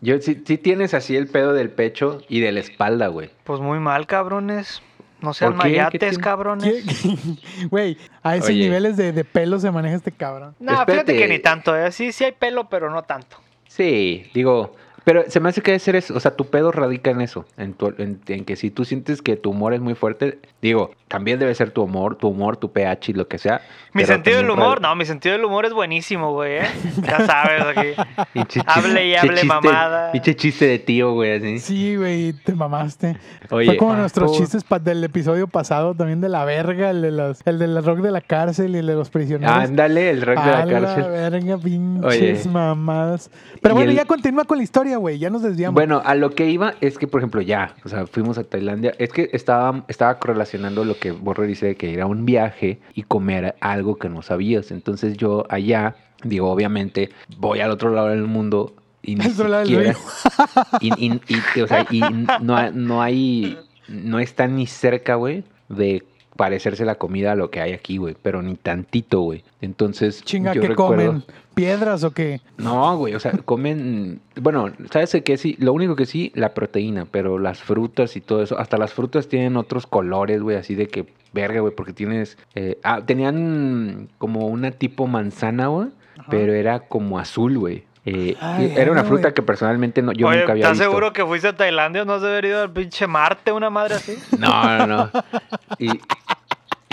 E: Yo sí, sí tienes así el pedo del pecho y de la espalda, güey.
F: Pues muy mal, cabrones. No sean
E: ¿Por qué? ¿Qué
F: mayates,
E: tiene?
D: ¿Qué-
F: cabrones.
D: qué- (laughs) Güey, a esos
E: Oye.
D: niveles de, de pelo se maneja este cabrón.
F: No, fíjate
E: Espérate.
F: que ni tanto, ¿eh? Sí, sí hay pelo, pero no tanto.
E: Sí, digo, pero se me hace que debe ser eso, o sea, tu pedo radica en eso, en, tu- en- en que si tú sientes que tu humor es muy fuerte, digo, también debe ser tu humor, tu humor, tu pH y lo que sea.
F: Mi
E: pero
F: sentido del
E: también
F: humor,
E: radi-
F: no, mi sentido del humor es buenísimo, güey,
E: (laughs)
F: ¿eh? Ya sabes, aquí.
E: Pinche chis-
F: Hable y
E: pinche
F: hable
E: chiste-
F: mamada.
E: Pinche chiste de tío, güey, así.
D: Sí, güey, te mamaste. Fue
E: Oye, ah,
D: como nuestros
E: por-
D: chistes pa- del episodio pasado, también de la verga, el de los, el del rock de la cárcel y el de los prisioneros.
E: ándale, Ah, el rock de la
D: A la
E: cárcel.
D: verga, pinches mamadas. Pero
E: Y
D: bueno,
E: el-
D: ya continúa con la historia, güey. Ya nos desviamos.
E: Bueno, a lo que iba es que, por ejemplo, ya, o sea, fuimos a Tailandia. Es que estaba, estaba correlacionando lo que Borre dice de que ir a un viaje y comer algo que no sabías. Entonces yo allá, digo, obviamente, voy al otro lado del mundo y ni
D: (laughs) Al otro lado del
E: siquiera- (laughs)
D: río.
E: y, y- y que, o sea, y no, ha- no hay, no está ni cerca, güey, de parecerse la comida a lo que hay aquí, güey, pero ni tantito, güey. Entonces,
D: Chinga,
E: yo
D: ¿qué
E: recuerdo-
D: comen? ¿Piedras o qué?
E: no, güey, o sea, comen. Bueno, ¿sabes de qué? Sí, lo único que sí, la proteína, pero las frutas y todo eso. Hasta las frutas tienen otros colores, güey, así de que verga, güey, porque tienes. eh, ah, tenían como una tipo manzana, güey, pero era como azul, güey. Eh,
D: Ay,
E: era una
D: ay,
E: fruta
D: güey.
E: que personalmente no, yo
F: Oye,
E: nunca había
F: ¿estás
E: visto.
F: seguro que fuiste a Tailandia o no has de haber ido al pinche Marte, una madre así?
E: No, no, no. Y,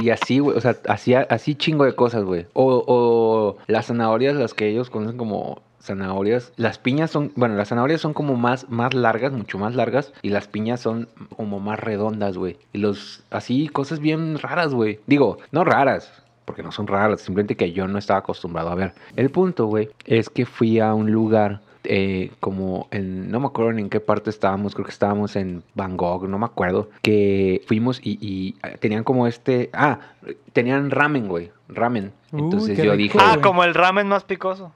E: y así, güey, o sea, así, así chingo de cosas, güey. O, o las zanahorias, las que ellos conocen como zanahorias. Las piñas son, bueno, las zanahorias son como más, más largas, mucho más largas. Y las piñas son como más redondas, güey. Y los, así, cosas bien raras, güey. Digo, no raras. Porque no son raras, simplemente que yo no estaba acostumbrado a ver. El punto, güey, es que fui a un lugar eh, como en, no me acuerdo ni en qué parte estábamos, creo que estábamos en Bangkok, no me acuerdo, que fuimos y, y, eh, tenían como este, ah, tenían ramen, güey, ramen.
D: Uy,
E: Entonces
D: qué
E: yo dije,
D: rico.
F: Ah,
D: güey.
F: como el ramen más picoso.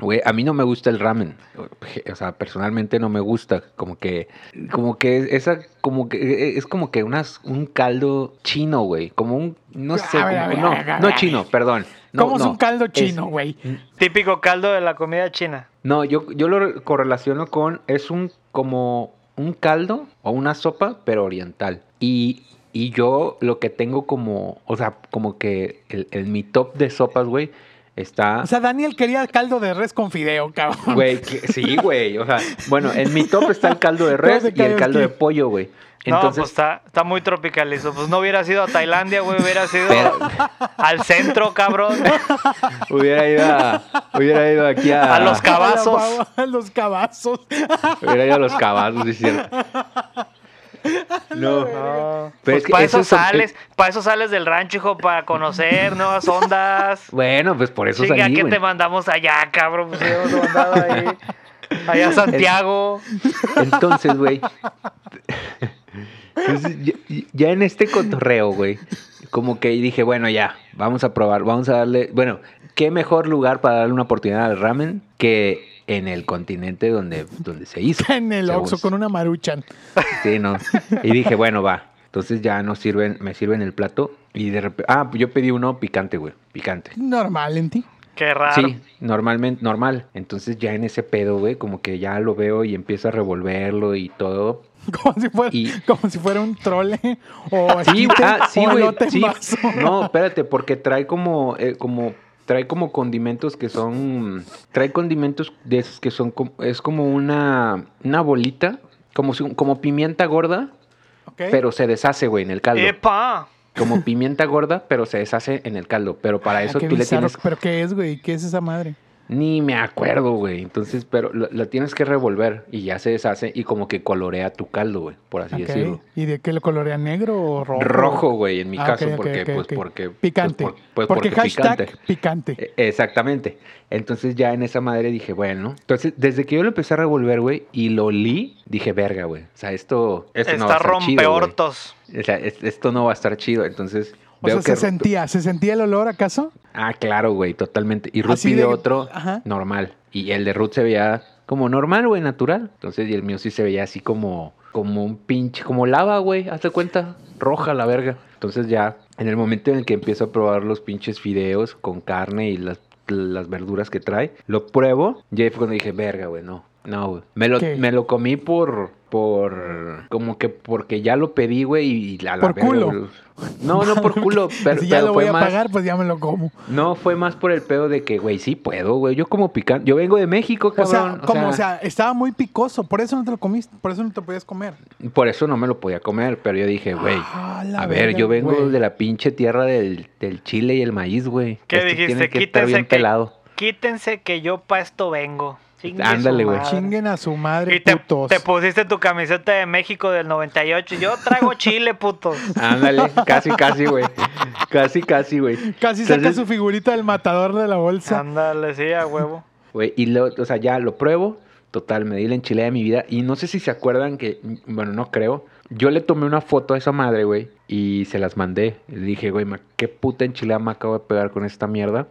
E: güey, a mí no me gusta el ramen, o sea, personalmente no me gusta, como que, como que es- esa, como que e, es como que unas, un caldo chino, güey, como un, no sé,
D: A ver,
E: como-
D: a ver, a ver, a
E: no, no
D: ver.
E: chino, perdón. No,
D: ¿Cómo es
E: no,
D: un caldo
E: es-
D: chino, güey?
F: Típico caldo de la comida china.
E: No, yo, yo lo re- correlaciono con, es un como un caldo o una sopa, pero oriental. Y, y yo lo que tengo como, o sea, como que el, el- mi top de sopas, güey, está...
D: O sea, Daniel quería caldo de res con fideo,
E: (laughs)
D: cabrón.
E: Güey, que- sí, güey. O sea, bueno, en mi top está el caldo de
D: Todo
E: res
D: de
E: y el caldo de
D: karaoke.
E: pollo, güey.
F: no, pues
E: Entonces,
F: está, está muy tropical eso. Pues no hubiera sido a Tailandia, güey, hubiera sido
E: Pero-
F: al centro, cabrón.
E: (laughs) hubiera, ido a- hubiera ido aquí a,
F: pues, (laughs) A los ca-
D: (laughs)
F: cabazos.
D: A los cabazos.
E: Hubiera ido a los cabazos,
F: (laughs)
E: es cierto. No, Pero
F: pues
E: es que
F: para eso,
E: eso es-
F: sales, para eso sales del rancho, hijo, para conocer nuevas ondas.
E: Bueno, (laughs) pues por eso
F: Chica,
E: salí,
F: ¿qué
E: güey.
F: te mandamos allá, cabrón? Pues hemos mandado
E: (laughs)
F: ahí. Allá a Santiago.
E: Entonces, güey. Entonces, ya, ya en este cotorreo, güey, como que dije, bueno, ya, vamos a probar, vamos a darle. Bueno, qué mejor lugar para darle una oportunidad al ramen que en el continente donde, donde se hizo.
D: (laughs) En el
E: según-
D: Oxxo con una maruchan.
E: Sí, no. Y dije, bueno, va. Entonces ya no sirven, me sirven el plato. Y de repente. Ah, yo pedí uno picante, güey. Picante.
D: Normal en ti. (laughs)
F: Qué raro.
E: Sí, normalmente, normal. Entonces ya en ese pedo, güey, como que ya lo veo y empiezo a revolverlo y todo.
D: Como si fuera,
E: Y-
D: como si fuera un trole o
E: Sí,
D: esquite,
E: ah, sí,
D: o
E: güey.
D: elote en
E: sí.
D: vaso. (laughs)
E: No, espérate, porque trae como, eh, como, trae como condimentos que son, trae condimentos de esos que son, como, es como una, una bolita, como, si- como pimienta gorda,
D: Ok.
E: pero se deshace, güey, en el caldo.
F: ¡Epa!
E: Como pimienta gorda, pero se deshace en el caldo. Pero para
D: Ah,
E: eso
D: qué
E: tú le
D: bizarro.
E: tienes
D: ¿Pero qué es, güey? ¿Qué es esa madre?
E: Ni me acuerdo, güey. Entonces, pero la, la tienes que revolver y ya se deshace y como que colorea tu caldo, güey, por así
D: Ok.
E: decirlo.
D: ¿Y de qué lo colorea negro o rojo?
E: Rojo, güey, en mi
D: Ah,
E: caso,
D: ok, ok,
E: porque,
D: ok,
E: pues,
D: ok.
E: porque... pues,
D: Picante.
E: por- pues,
D: porque, hashtag picante.
E: Eh, Exactamente. Entonces ya en esa madre dije, bueno. Entonces, desde que yo lo empecé a revolver, güey, y lo olí, dije, verga, güey. O sea, esto, esto no va a
F: Está
E: estar chido, güey.
F: rompeortos.
E: O sea, es- esto no va a estar chido. Entonces,
D: O sea,
E: veo
D: ¿se
E: que...
D: sentía? ¿Se sentía el olor acaso?
E: Ah, claro, güey, totalmente. Y Ruth
D: Así
E: pide
D: de-
E: otro
D: ajá.
E: normal. Y el de Ruth se veía como normal, güey, natural. Entonces, y el mío sí se veía así como, como un pinche, como lava, güey. Hazte cuenta, roja la verga. Entonces ya, en el momento en el que empiezo a probar los pinches fideos con carne y las, las verduras que trae, lo pruebo. Y ahí fue cuando dije, verga, güey, no. No, güey. Me lo,
D: ¿Qué?
E: me lo comí por. por. como que porque ya lo pedí, güey, y la, la
D: Por
E: verga,
D: culo.
E: güey. No, no
D: (laughs)
E: por culo, pero,
D: si ya
E: pero
D: lo
E: fue
D: voy a
E: más.
D: pagar, pues ya me lo como.
E: No, fue más por el pedo de que, güey, sí puedo, güey. Yo como picante. Yo vengo de México,
D: O sea,
E: cabrón.
D: como, o sea, estaba muy picoso, por eso no te lo comiste, por eso no te lo podías comer.
E: por eso no me lo podía comer. Pero yo dije, güey,
D: Ah, la
E: a ver,
D: verga,
E: yo vengo
D: güey.
E: de la pinche tierra del, del chile y el maíz, güey.
F: ¿Qué
E: Esto
F: dijiste?
E: Tiene que estar
F: Quítense
E: bien
F: que- (laughs)
E: pelado.
F: Quítense que yo pa' esto vengo. Chingue su
E: Ándale, güey.
F: madre.
D: Chinguen a su madre,
F: Y te,
D: putos.
F: te pusiste tu camiseta de México del 98. Yo
E: (laughs)
F: traigo chile, putos.
E: Ándale, casi, casi, güey. Casi, casi, güey.
D: Casi saca
E: Entonces- Ah,
D: su figurita del matador de la bolsa.
F: Ándale, sí, a huevo.
E: Güey, y lo, o sea, ya lo pruebo. Total, me di la enchilada de mi vida. Y no sé si se acuerdan que, mm, bueno, no creo. Yo le tomé una foto a esa madre, güey. Y se las mandé. Le dije, güey, ma- qué puta enchilada me acabo de pegar con esta mierda.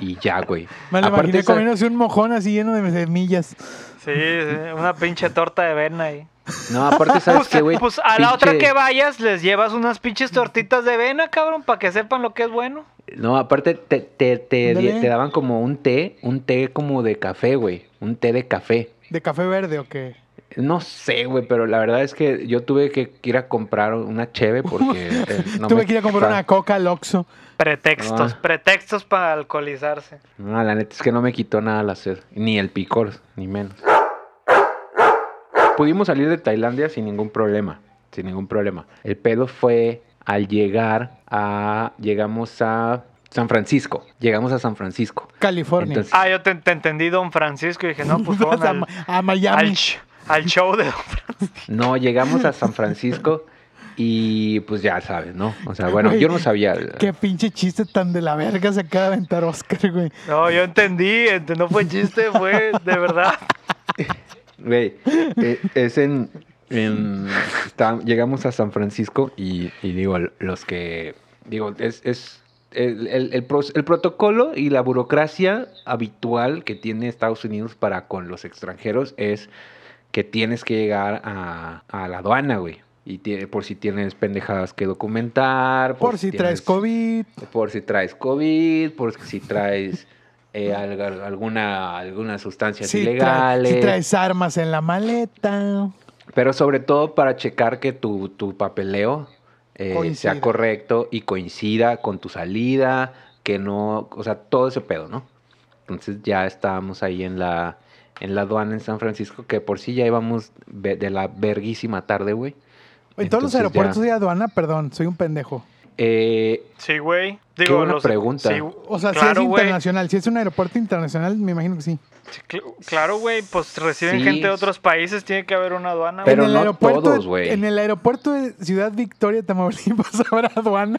E: Y, y ya, güey.
D: (laughs) Me lo
E: Aparte,
D: imaginé
E: esa-
D: comiéndose un mojón así lleno de semillas.
F: Sí, sí, una pinche torta de avena ahí.
E: No, aparte, ¿sabes
D: (laughs)
F: Pues,
E: qué, güey?
F: pues a la otra
E: Pinche-
F: que vayas les llevas unas pinches tortitas de avena, cabrón, para que sepan lo que es bueno.
E: No, aparte te, te, te,
D: Ándale.
E: te daban como un té, un té como de café, güey. Un té de café.
D: ¿De café verde o qué?
E: No sé, güey, pero la verdad es que yo tuve que ir a comprar una cheve
D: (laughs)
E: porque... eh, no
D: Tuve
E: me-
D: que ir a comprar
E: o sea,
D: una coca al Oxxo.
F: Pretextos,
E: Ah.
F: pretextos para alcoholizarse.
E: No, la neta es que no me quitó nada la sed. Ni el picor, ni menos. Pudimos salir de Tailandia sin ningún problema. Sin ningún problema. El pedo fue al llegar a. Llegamos a San Francisco. Llegamos a San Francisco.
D: California. (laughs)
E: Entonces-
F: Ah, yo te, te entendí, don Francisco, y dije, no,
E: (laughs)
F: pues fueron
D: Vas a,
F: al,
D: Ma- a Miami.
F: al sh- al show de don
E: No, llegamos a San Francisco y pues ya sabes, ¿no? O sea, bueno, yo no sabía.
D: Qué pinche chiste tan de la verga se acaba de aventar Oscar, güey.
E: Pues
F: No, yo entendí, ent- no fue chiste, fue de verdad.
E: Güey, eh, es en. en- está- llegamos a San Francisco y, y digo, los que. Digo, es. es el, el- el pro- el protocolo y la burocracia habitual que tiene Estados Unidos para con los extranjeros es que tienes que llegar a, a la aduana, güey. Y tiene- por si tienes pendejadas que documentar.
D: Por si traes
E: tienes-
D: COVID.
E: por si traes COVID, por si traes eh, al- al- alguna, eh, algunas sustancias
D: Si, traes-
E: ilegales.
D: si traes armas en la maleta.
E: Pero sobre todo para checar que tu, tu papeleo eh,
D: Coincida.
E: sea correcto y coincida con tu salida, que no, o sea, todo ese pedo, ¿no? Entonces ya estábamos ahí en la, en la aduana en San Francisco, que por sí ya íbamos ve- de la verguísima tarde, güey.
D: En todos
E: Entonces
D: los
E: ya-
D: aeropuertos hay aduana, perdón, soy un pendejo.
E: Eh,
F: Sí, güey.
E: Qué buena pregunta.
D: O sea, si
F: claro,
D: es
F: güey.
D: internacional, si es un aeropuerto internacional, me imagino que sí.
F: Sí, cl- Claro, güey, pues reciben
E: Sí.
F: gente de otros países, tiene que haber una aduana.
E: Pero
D: en el
E: no
D: aeropuerto,
E: todos,
D: de-
E: güey.
D: En el aeropuerto de Ciudad Victoria, (laughs) Tamaulipas, habrá aduana.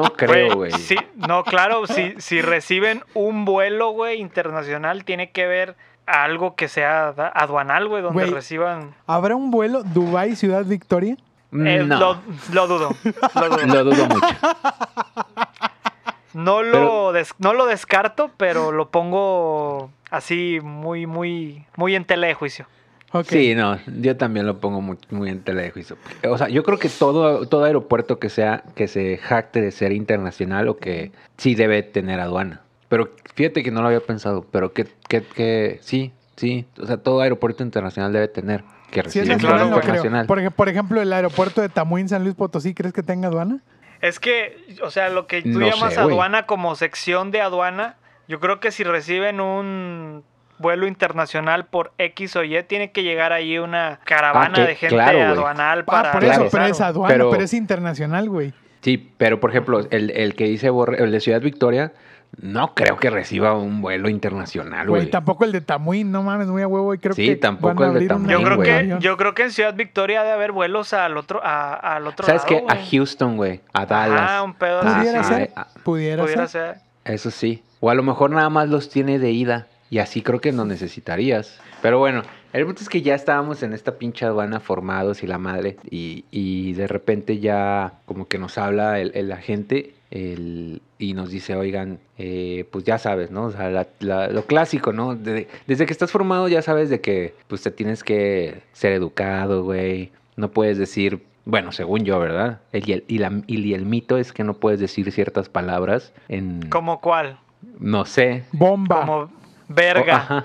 F: (laughs) güey.
E: creo, güey.
F: Sí, eh, no, claro, si, si reciben un vuelo, güey, internacional, tiene que ver algo que sea da- aduanal, güey, donde
D: Güey.
F: reciban...
D: ¿Habrá un vuelo Dubai Ciudad Victoria?
F: Eh,
E: no,
F: lo, lo dudo, lo dudo.
E: (laughs) lo dudo mucho. (laughs)
F: No lo,
E: Pero-
F: des- no lo descarto, pero lo pongo así muy, muy, muy en tela de juicio.
D: Ok.
E: Sí, no, yo también lo pongo muy, muy en tela de juicio. O sea, yo creo que todo, todo aeropuerto que sea, que se jacte de ser internacional o que sí debe tener aduana. Pero fíjate que no lo había pensado, pero que, que, que sí, sí. O sea, todo aeropuerto internacional debe tener que
D: Si
E: recibir
D: es nacional,
F: claro, pues,
E: tráfico
D: no
F: güey.
D: creo.
E: nacional.
D: Por, ej- por ejemplo, el aeropuerto de Tamuín, San Luis Potosí, ¿crees que tenga aduana?
F: Es que, o sea, lo que tú
E: No
F: llamas
E: sé, güey.
F: aduana como sección de aduana, yo creo que si reciben un vuelo internacional por X o Y, tiene que llegar ahí una caravana
E: que-
F: de gente
E: Ah, claro, güey.
F: aduanal para...
D: Ah, por
E: Claro.
D: eso, pero es aduana, pero,
E: Pero-
D: es internacional, güey.
E: Sí, pero por ejemplo, el, el que dice Borre- el de Ciudad Victoria, no creo que reciba un vuelo internacional,
D: Güey,
E: güey.
D: tampoco el de Tamuín, no mames, muy a huevo. Y creo
E: Sí,
D: que
E: tampoco
D: van a
E: el de
D: abrir una-
F: Yo creo,
E: güey.
F: que, yo creo que en Ciudad Victoria ha de haber vuelos al otro, a- al otro
E: ¿Sabes
F: lado.
E: qué? A
F: güey.
E: Houston, güey. A Dallas.
F: Ah, un pedo así.
D: Pudiera
E: Ah,
D: ser,
E: ah,
D: pudiera,
F: Pudiera
D: ser.
F: ser.
E: Eso sí. O a lo mejor nada más los tiene de ida. Y así creo que no necesitarías. Pero bueno, el punto es que ya estábamos en esta pinche aduana formados y la madre. Y, y de repente ya como que nos habla el, el agente el- y nos dice, oigan, eh, pues ya sabes, ¿no? O sea, la- la- lo clásico, ¿no? Desde, desde que estás formado ya sabes de que pues te tienes que ser educado, güey. No puedes decir, bueno, según yo, ¿verdad? El- y, el, y la- y el mito es que no puedes decir ciertas palabras en...
F: ¿Como cuál?
E: No sé.
D: Bomba.
F: Como
E: O,
F: verga.
E: Oh, ajá.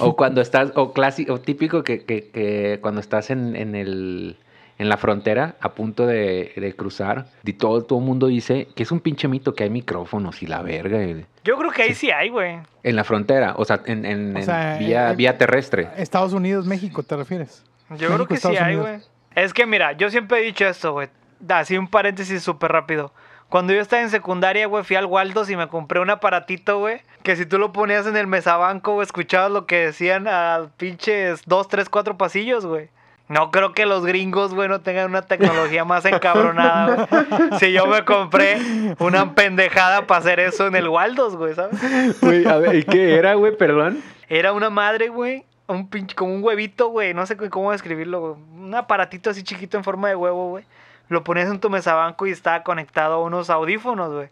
E: O cuando estás, o clásico, o típico que, que- que cuando estás en, en el en la frontera a punto de, de cruzar, y todo todo el mundo dice que es un pinche mito que hay micrófonos y la verga y-
F: Yo creo que ahí sí hay, güey.
E: en la frontera, o sea, en, en-
D: O
E: en
D: sea,
E: vía,
D: eh,
E: vía terrestre.
D: Estados Unidos, México, ¿te refieres?
F: Yo
D: México,
F: creo que sí
D: Estados
F: hay, güey.
D: Unidos.
F: Es que mira, yo siempre he dicho esto, güey. Así un paréntesis súper rápido. Cuando yo estaba en secundaria, güey, fui al Waldos y me compré un aparatito, güey. Que si tú lo ponías en el mesabanco, güey, escuchabas lo que decían a pinches dos, tres, cuatro pasillos, güey. No creo que los gringos, güey, no tengan una tecnología más encabronada, güey. Si yo me compré una pendejada para hacer eso en el Waldos, güey, ¿sabes?
E: Güey, a ver, ¿y qué era, güey? Perdón.
F: Era una madre, güey. Un pinche, como un huevito, güey. No sé cu- cómo describirlo, güey. Un aparatito así chiquito en forma de huevo, güey. Lo ponías en tu mesabanco y estaba conectado a unos audífonos, güey.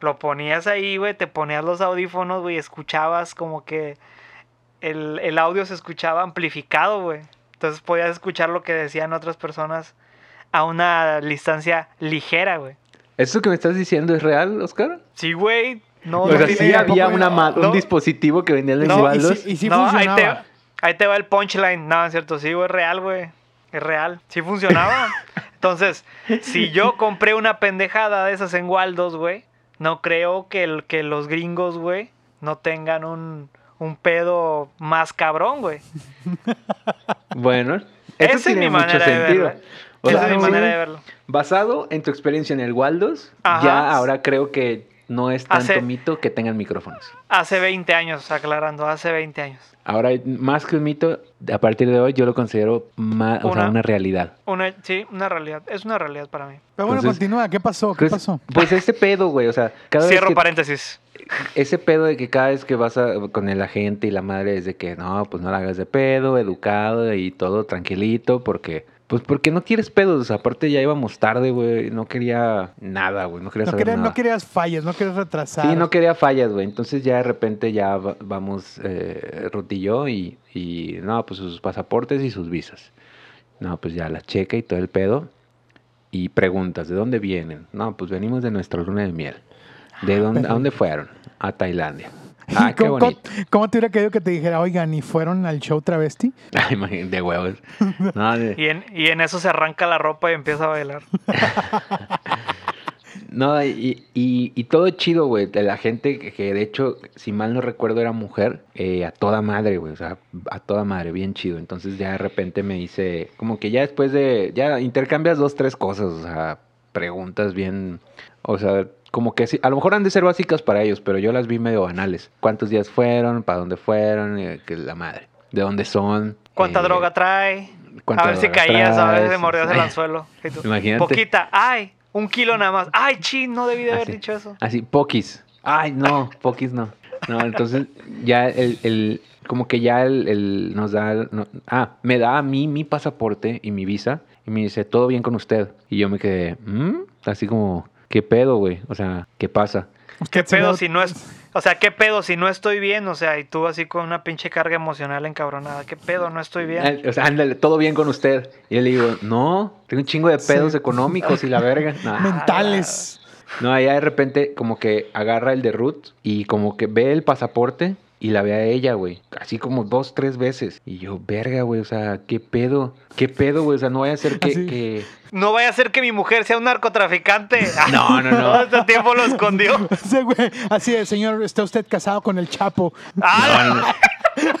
F: Lo ponías ahí, güey. Te ponías los audífonos, güey. y Escuchabas como que el, el audio se escuchaba amplificado, güey. Entonces podías escuchar lo que decían otras personas a una distancia ligera, güey.
E: ¿Eso que me estás diciendo es real, Oscar?
F: Sí, güey. No,
E: o
F: no
E: sea,
F: tiene-
E: sí había
D: tampoco-
E: una ma- un
F: no.
E: dispositivo que vendía en el
F: No, y
E: Osvaldos?
D: sí- y sí
F: ahí te,
D: funcionaba.
F: ahí te va el punchline. No, es cierto, sí, güey, es real, güey. Es real. Sí
E: (laughs)
F: funcionaba. Entonces, si yo compré una pendejada de esas en Waldos, güey, no creo que, el, que los gringos, güey, no tengan un, un pedo más cabrón, güey.
E: Bueno, eso
F: Esa es
E: tiene
F: mi
E: mucho
F: manera de
E: sentido.
F: verlo.
E: O
F: Esa
E: sea,
F: es mi
E: sí,
F: manera de verlo.
E: Basado en tu experiencia en el Waldos,
F: Ajá. Ah,
E: ya ahora creo que no es tanto
F: Hace-
E: mito que tengan micrófonos.
F: Hace 20 años, aclarando, hace 20 años.
E: Ahora, más que un mito, a partir de hoy yo lo considero más, o sea,
F: Una-
E: una realidad.
F: Una, sí, una realidad. Es una realidad para mí.
D: Pero bueno,
E: Entonces,
D: continúa, ¿qué pasó? ¿Qué
E: Pues-
D: pasó?
E: Pues este pedo, güey, o sea, cada vez
F: Cierro
E: que-
F: paréntesis.
E: ese pedo de que cada vez que vas a- con el agente y la madre es de que no, pues no la hagas de pedo, educado y todo tranquilito, porque pues porque no quieres pedos, o sea, aparte ya íbamos tarde, güey, no quería nada, güey, no quería
D: No,
E: saber
D: querías-
E: nada.
D: no querías fallas, no querías retrasar.
E: Sí,
D: (laughs)
E: no quería fallas, güey. Entonces ya de repente ya va- vamos eh, Ruth y yo y, y no, pues sus pasaportes y sus visas. No, pues ya la checa y todo el pedo. Y preguntas, ¿de dónde vienen? No, pues venimos de nuestra luna de miel. ¿De dónde, ¿A dónde fueron? A Tailandia. Ah, qué
D: ¿Cómo, cómo-
E: bonito.
D: cómo te hubiera querido que te dijera, oigan, y fueron al show travesti?
E: (laughs) Ay, imagínate, de huevos. No, de-
F: Y en, y en eso se arranca la ropa y empieza a bailar.
E: No, y, y- y todo chido, güey. de La gente que, que de hecho, si mal no recuerdo, era mujer, eh, a toda madre, güey. O sea, a toda madre, bien chido. Entonces ya de repente me dice, como que ya después de, ya intercambias dos, tres cosas, o sea, preguntas bien, o sea, como que sí, a lo mejor han de ser básicas para ellos, pero yo las vi medio banales. ¿Cuántos días fueron? ¿Para dónde fueron? eh, que la madre. ¿De dónde son?
F: ¿Cuánta
E: Eh,
F: droga trae?
E: ¿cuánta
F: A ver si
E: droga
F: caías, a ver
E: traes?
F: si mordías
E: (laughs)
F: el anzuelo. Y tú,
E: Imagínate.
F: Poquita, ay, un kilo nada más. Ay, chin, no debí de haber
E: Así.
F: dicho eso.
E: Así, Pokis. Ay, no, Pokis no. No, entonces ya el, el- como que ya el, el nos da, el- no- ah, me da a mí mi pasaporte y mi visa y me dice, todo bien con usted. Y yo me quedé, "¿Mm?", así como, ¿qué pedo, güey? O sea, ¿qué pasa?
F: ¿Qué
D: Sí,
F: pedo
D: no-
F: si no es.? O sea, ¿qué pedo si no estoy bien? O sea, y tú así con una pinche carga emocional encabronada. ¿Qué pedo? No estoy bien.
E: Ah, O sea, ándale, todo bien con usted. Y yo le digo, no, tengo un chingo de pedos
D: Sí.
E: económicos y la verga. Nah.
D: Mentales.
E: No, ella de repente como que agarra el de Ruth y como que ve el pasaporte y la ve a ella, güey. Así como dos, tres veces. Y yo, verga, güey, o sea, qué pedo. Qué pedo, güey, o sea, no vaya a ser que...
D: Así.
E: que-
F: No vaya a ser que mi mujer sea un narcotraficante.
E: (laughs) No, no, no.
F: Todo (laughs) este tiempo lo
E: (laughs)
F: escondió.
D: (laughs) Ese güey, así es, señor, está usted casado con el Chapo.
F: ¡A
E: No, no, no.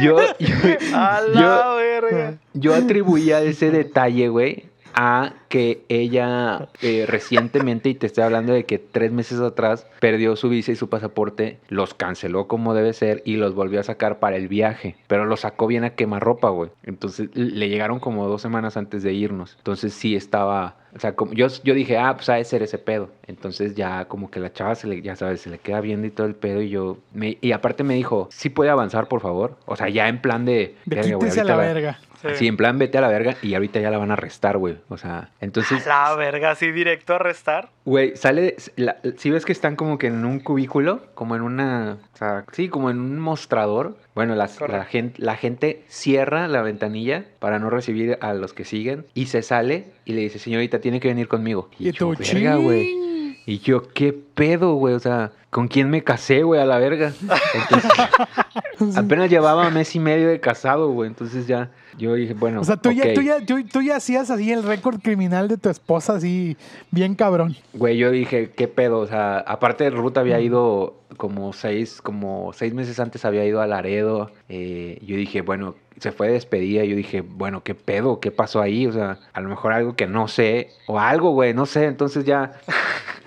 E: Yo, (laughs) yo,
F: la, (laughs) a la
E: yo-
F: verga!
E: Yo atribuía ese detalle, güey, a que ella eh, recientemente, y te estoy hablando de que tres meses atrás, perdió su visa y su pasaporte, los canceló como debe ser y los volvió a sacar para el viaje. Pero los sacó bien a quemarropa, güey. Entonces l- le llegaron como dos semanas antes de irnos. Entonces sí estaba. O sea, como- yo, yo dije, ah, pues ha de ser ese pedo. Entonces ya como que la chava se le, ya sabes, se le queda viendo y todo el pedo. Y yo, me- y aparte me dijo, sí puede avanzar, por favor. O sea, ya en plan de.
D: De
E: "Verga, güey,
D: quítese a la
E: ahorita va-
D: verga.
F: Sí.
E: Sí, en plan, vete a la verga y ahorita ya la van a arrestar, güey. O sea, entonces,
F: A la verga, sí, directo a arrestar.
E: güey, sale, la- si ves que están como que en un cubículo, como en una, o sea, sí, como en un mostrador. Bueno, las- la,
F: Correcto.
E: gente, la gente cierra la ventanilla para no recibir a los que siguen y se sale y le dice, señorita, tiene que venir conmigo.
D: Y
E: yo,
D: tú,
E: "Verga, güey.
D: ching.
E: Y yo, ¿qué pedo, güey? O sea, ¿con quién me casé, güey? A la verga. Entonces,
D: (laughs)
E: apenas llevaba mes y medio de casado, güey. Entonces ya, yo dije, bueno.
D: O sea, tú, ya,
E: ok.
D: tú, ya, tú, tú ya hacías así el récord criminal de tu esposa, así, bien cabrón.
E: Güey, yo dije, ¿qué pedo? O sea, aparte Ruth había ido como seis, como seis meses antes había ido a Laredo. eh, yo dije, bueno, se fue de despedida. Yo dije, bueno, ¿qué pedo? ¿Qué pasó ahí? O sea, a lo mejor algo que no sé. O algo, güey, no sé. Entonces ya...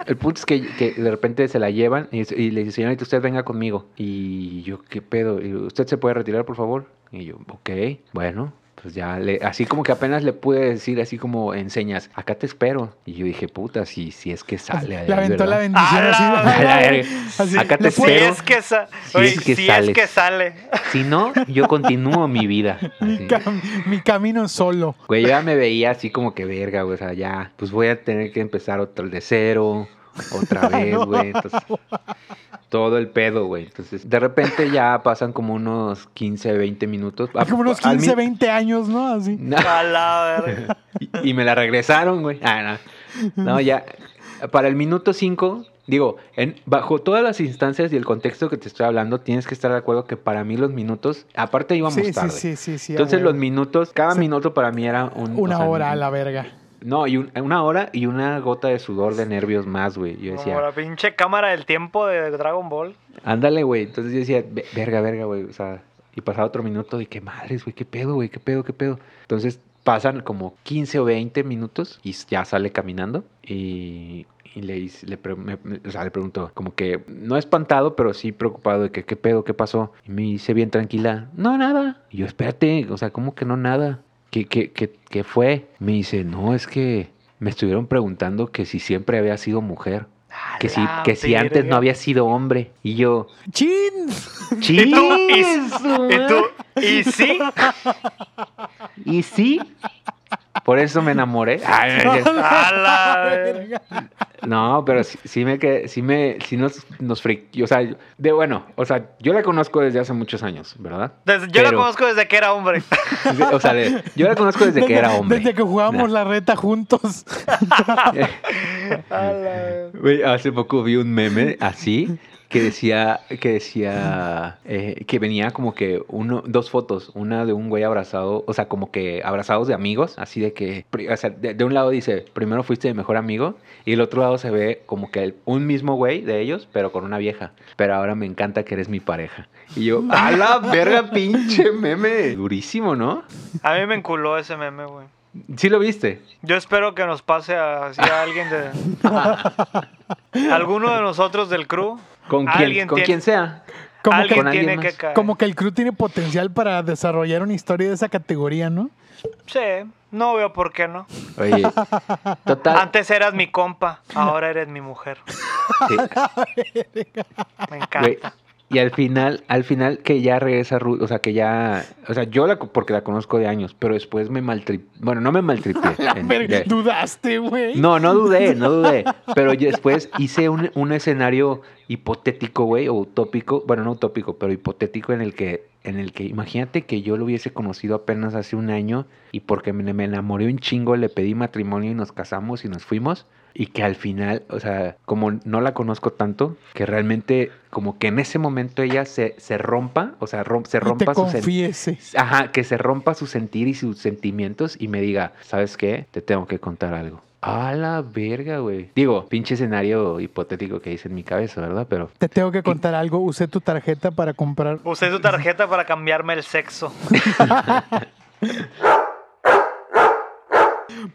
E: El punto es que, que de repente se la llevan y, y le dicen, señorita, usted venga conmigo. Y yo, ¿qué pedo? Y, ¿Usted se puede retirar, por favor? Y yo, ok, bueno. Pues ya, le, así como que apenas le pude decir, así como en señas, acá te espero. Y yo dije, puta, si, si es que sale.
D: Le
E: adelante, (laughs)
D: aventó la
E: ¿verdad?".
D: bendición
F: ¡A la
D: así.
E: A
D: (laughs)
E: la verga.
D: Así,
E: Acá te
D: le
F: Si
D: puedo-
E: espero.
F: es que, sa-
E: Si
F: Oye,
E: es que
F: si
E: sales.
F: es que sale. (laughs)
E: Si no, yo continúo mi
D: (laughs)
E: vida. Así.
D: Mi, cam- mi camino solo.
E: Güey, yo ya me veía así como que verga, güey. O sea, ya, pues voy a tener que empezar otra de cero,
D: (laughs) Ah,
E: otra vez, güey. Entonces, todo el pedo, güey. Entonces, de repente ya pasan como unos 15, 20 minutos. Ah,
D: Como unos
E: al min-
D: 15, 20 años, ¿no? Así.
E: (laughs) No,
F: A la verga.
E: y, y me la regresaron, güey. Ah, no. No, ya. Para el minuto 5, digo, en, bajo todas las instancias y el contexto que te estoy hablando, tienes que estar de acuerdo que para mí los minutos, aparte íbamos
D: Sí, sí,
E: tarde.
D: sí, sí, sí. a
E: Entonces
D: huevo.
E: los minutos, cada
D: Sí.
E: minuto para mí era un, o
D: Una
E: sea,
D: hora a la verga.
E: no, y un- una hora y una gota de sudor de nervios más, güey. Yo decía,
F: Como la pinche cámara del tiempo de Dragon Ball.
E: ándale, güey. Entonces yo decía, "Ve- verga, verga, güey. O sea, y pasaba otro minuto de qué madres, güey, qué pedo, güey, qué pedo, qué pedo. Entonces pasan como 15 o 20 minutos y ya sale caminando y, y le, hice- le, pre- me- me- o sea, le pregunto, como que no espantado, pero sí preocupado de que qué pedo, qué pasó. Y me dice bien tranquila, no, nada. Y yo, espérate, o sea, ¿cómo que no nada? ¿Qué, qué, qué, qué fue? Me dice, no, es que me estuvieron preguntando que si siempre había sido mujer. Que si,
F: la
E: que si antes
F: verga.
E: no había sido hombre.
F: (laughs)
E: Y yo,
D: ¡Chin!
E: chis.
F: tú? (laughs) ¿Y-
E: su
F: Y tú,
E: madre".
F: y sí,
E: ¿Y sí? Por eso
F: (laughs)
E: me enamoré. Ay, no, no,
F: (laughs) a la verga.
E: no. No, pero sí, sí me que sí me, sí nos, nos friqueó. O sea, yo- de bueno, o sea, yo la conozco desde hace muchos años, ¿verdad?
F: Desde- yo la
E: Pero-
F: conozco desde que era hombre.
E: O sea, de- yo la conozco desde que era hombre.
D: Desde que jugábamos la reta juntos.
E: Güey, hace poco vi un meme así que decía que decía eh, que venía como que uno dos fotos, una de un güey abrazado, o sea, como que abrazados de amigos, así de que pri- o sea, de, de un lado dice, "Primero fuiste mi mejor amigo" y el otro lado se ve como que el- un mismo güey de ellos, pero con una vieja, "Pero ahora me encanta que eres mi pareja."
F: (laughs)
E: Y yo, "A la verga, pinche meme." Durísimo, ¿no?
F: A mí me enculó ese meme, güey.
E: ¿Sí lo viste?
F: Yo espero que nos pase a, así a alguien de. Alguno de nosotros del crew.
E: Con quien
F: Alguien
E: con
F: tiene-
E: quien sea.
D: Como que-
F: alguien
E: con alguien
F: tiene
E: más.
F: que caer.
D: Como que el crew tiene potencial para desarrollar una historia de esa
E: (laughs)
D: categoría, ¿no?
F: Sí, no veo por qué no.
E: Oye, total.
F: Antes eras mi compa, ahora eres mi mujer.
E: sí.
F: Me encanta.
E: Güey, Y al final, al final que ya regresa Ruth, o sea, que ya, o sea, yo la, co- porque la conozco de años, pero después me maltripé, bueno, no me maltripé. en-
D: Pero
E: de-
D: dudaste, güey.
E: no, no dudé, no dudé, pero yo después hice un, un escenario hipotético, güey, o utópico, bueno, no utópico, pero hipotético en el que en el que imagínate que yo lo hubiese conocido apenas hace un año y porque me, me enamoré un chingo, le pedí matrimonio y nos casamos y nos fuimos. Y que al final, o sea, como no la conozco tanto, que realmente como que en ese momento ella se, se rompa, o sea, rom- se
D: Y te
E: rompa su sen-
D: confiese.
E: Ajá, que se rompa su sentir y sus sentimientos y me diga, ¿sabes qué? Te tengo que contar algo. A la verga, güey. Digo, pinche escenario hipotético que hice en mi cabeza, ¿verdad? Pero
D: Te tengo que contar algo. Usé tu tarjeta para comprar.
F: Usé tu tarjeta para cambiarme el sexo.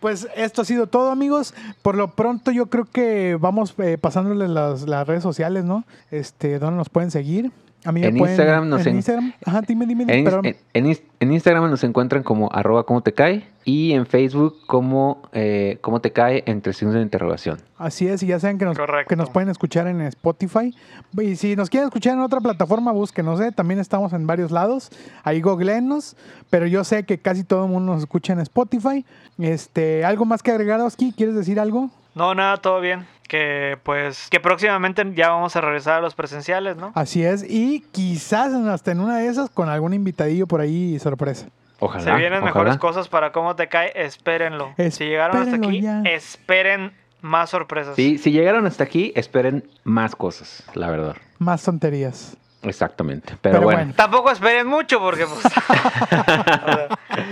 D: Pues esto ha sido todo, amigos. Por lo pronto, yo creo que vamos eh, pasándoles las, las redes sociales, ¿no? Este, ¿dónde nos pueden seguir? A mí me
E: En
D: pueden-
E: Instagram nos
D: en
E: en-
D: Instagram. Ajá, dime, dime. dime,
E: en,
D: perdón.
E: en- en Ins- en Instagram nos encuentran como arroba como te cae y en Facebook como eh, cómo te cae entre signos de interrogación.
D: Así es, y ya saben que nos,
F: Correcto.
D: que nos pueden escuchar en Spotify. Y si nos quieren escuchar en otra plataforma, búsquenos, ¿eh? También estamos en varios lados. Ahí googleenos. Pero yo sé que casi todo el mundo nos escucha en Spotify. Este, ¿Algo más que agregar, Oski? ¿Quieres decir algo?
F: No, nada, todo bien. Que pues, que próximamente ya vamos a regresar a los presenciales, ¿no?
D: Así es. Y quizás hasta en una de esas con algún invitadillo por ahí sorpresa.
E: Ojalá.
F: Se vienen mejores
E: ojalá.
F: cosas para cómo te cae, espérenlo. si llegaron hasta
D: Espérenlo
F: aquí,
D: ya.
F: esperen más sorpresas.
E: Sí, si llegaron hasta aquí, esperen más cosas, la verdad.
D: Más tonterías.
E: Exactamente. Pero,
D: Pero
E: bueno.
D: bueno.
F: Tampoco esperen mucho porque pues, (laughs) o sea,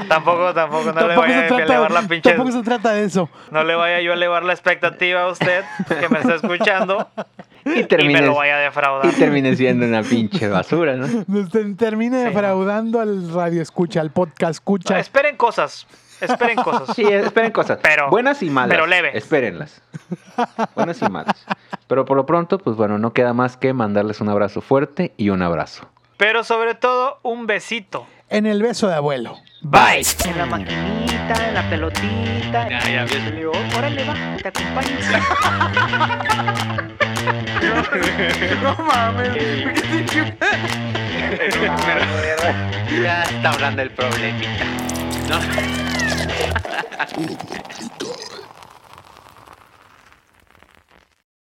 F: tampoco, tampoco, no le
D: tampoco,
F: vaya
D: se
F: a
D: trata,
F: elevar la pinche,
D: tampoco se trata de eso.
F: no le vaya yo a elevar la expectativa a usted que me está escuchando
E: Y
F: y me
E: termines,
F: lo vaya a defraudar.
E: y termines siendo una pinche basura, ¿no?
D: Usted Este, Termine
F: Sí, no.
D: defraudando al radio escucha, al podcast
F: No,
D: escucha.
F: esperen cosas, esperen cosas.
E: Sí, esperen cosas.
F: Pero-
E: buenas y malas.
F: pero leve.
E: Espérenlas. Buenas y malas. Pero por lo pronto, pues bueno, no queda más que mandarles un abrazo fuerte y un abrazo.
F: Pero sobre todo, un besito.
D: en el beso de abuelo.
E: Bye.
B: En la maquinita, en la pelotita.
C: Ya, ya, bien.
B: Le digo, órale, va, te acompaño. (laughs) no, mames, ¿por (laughs) qué te chupas?
C: Ya está hablando el problemita. No.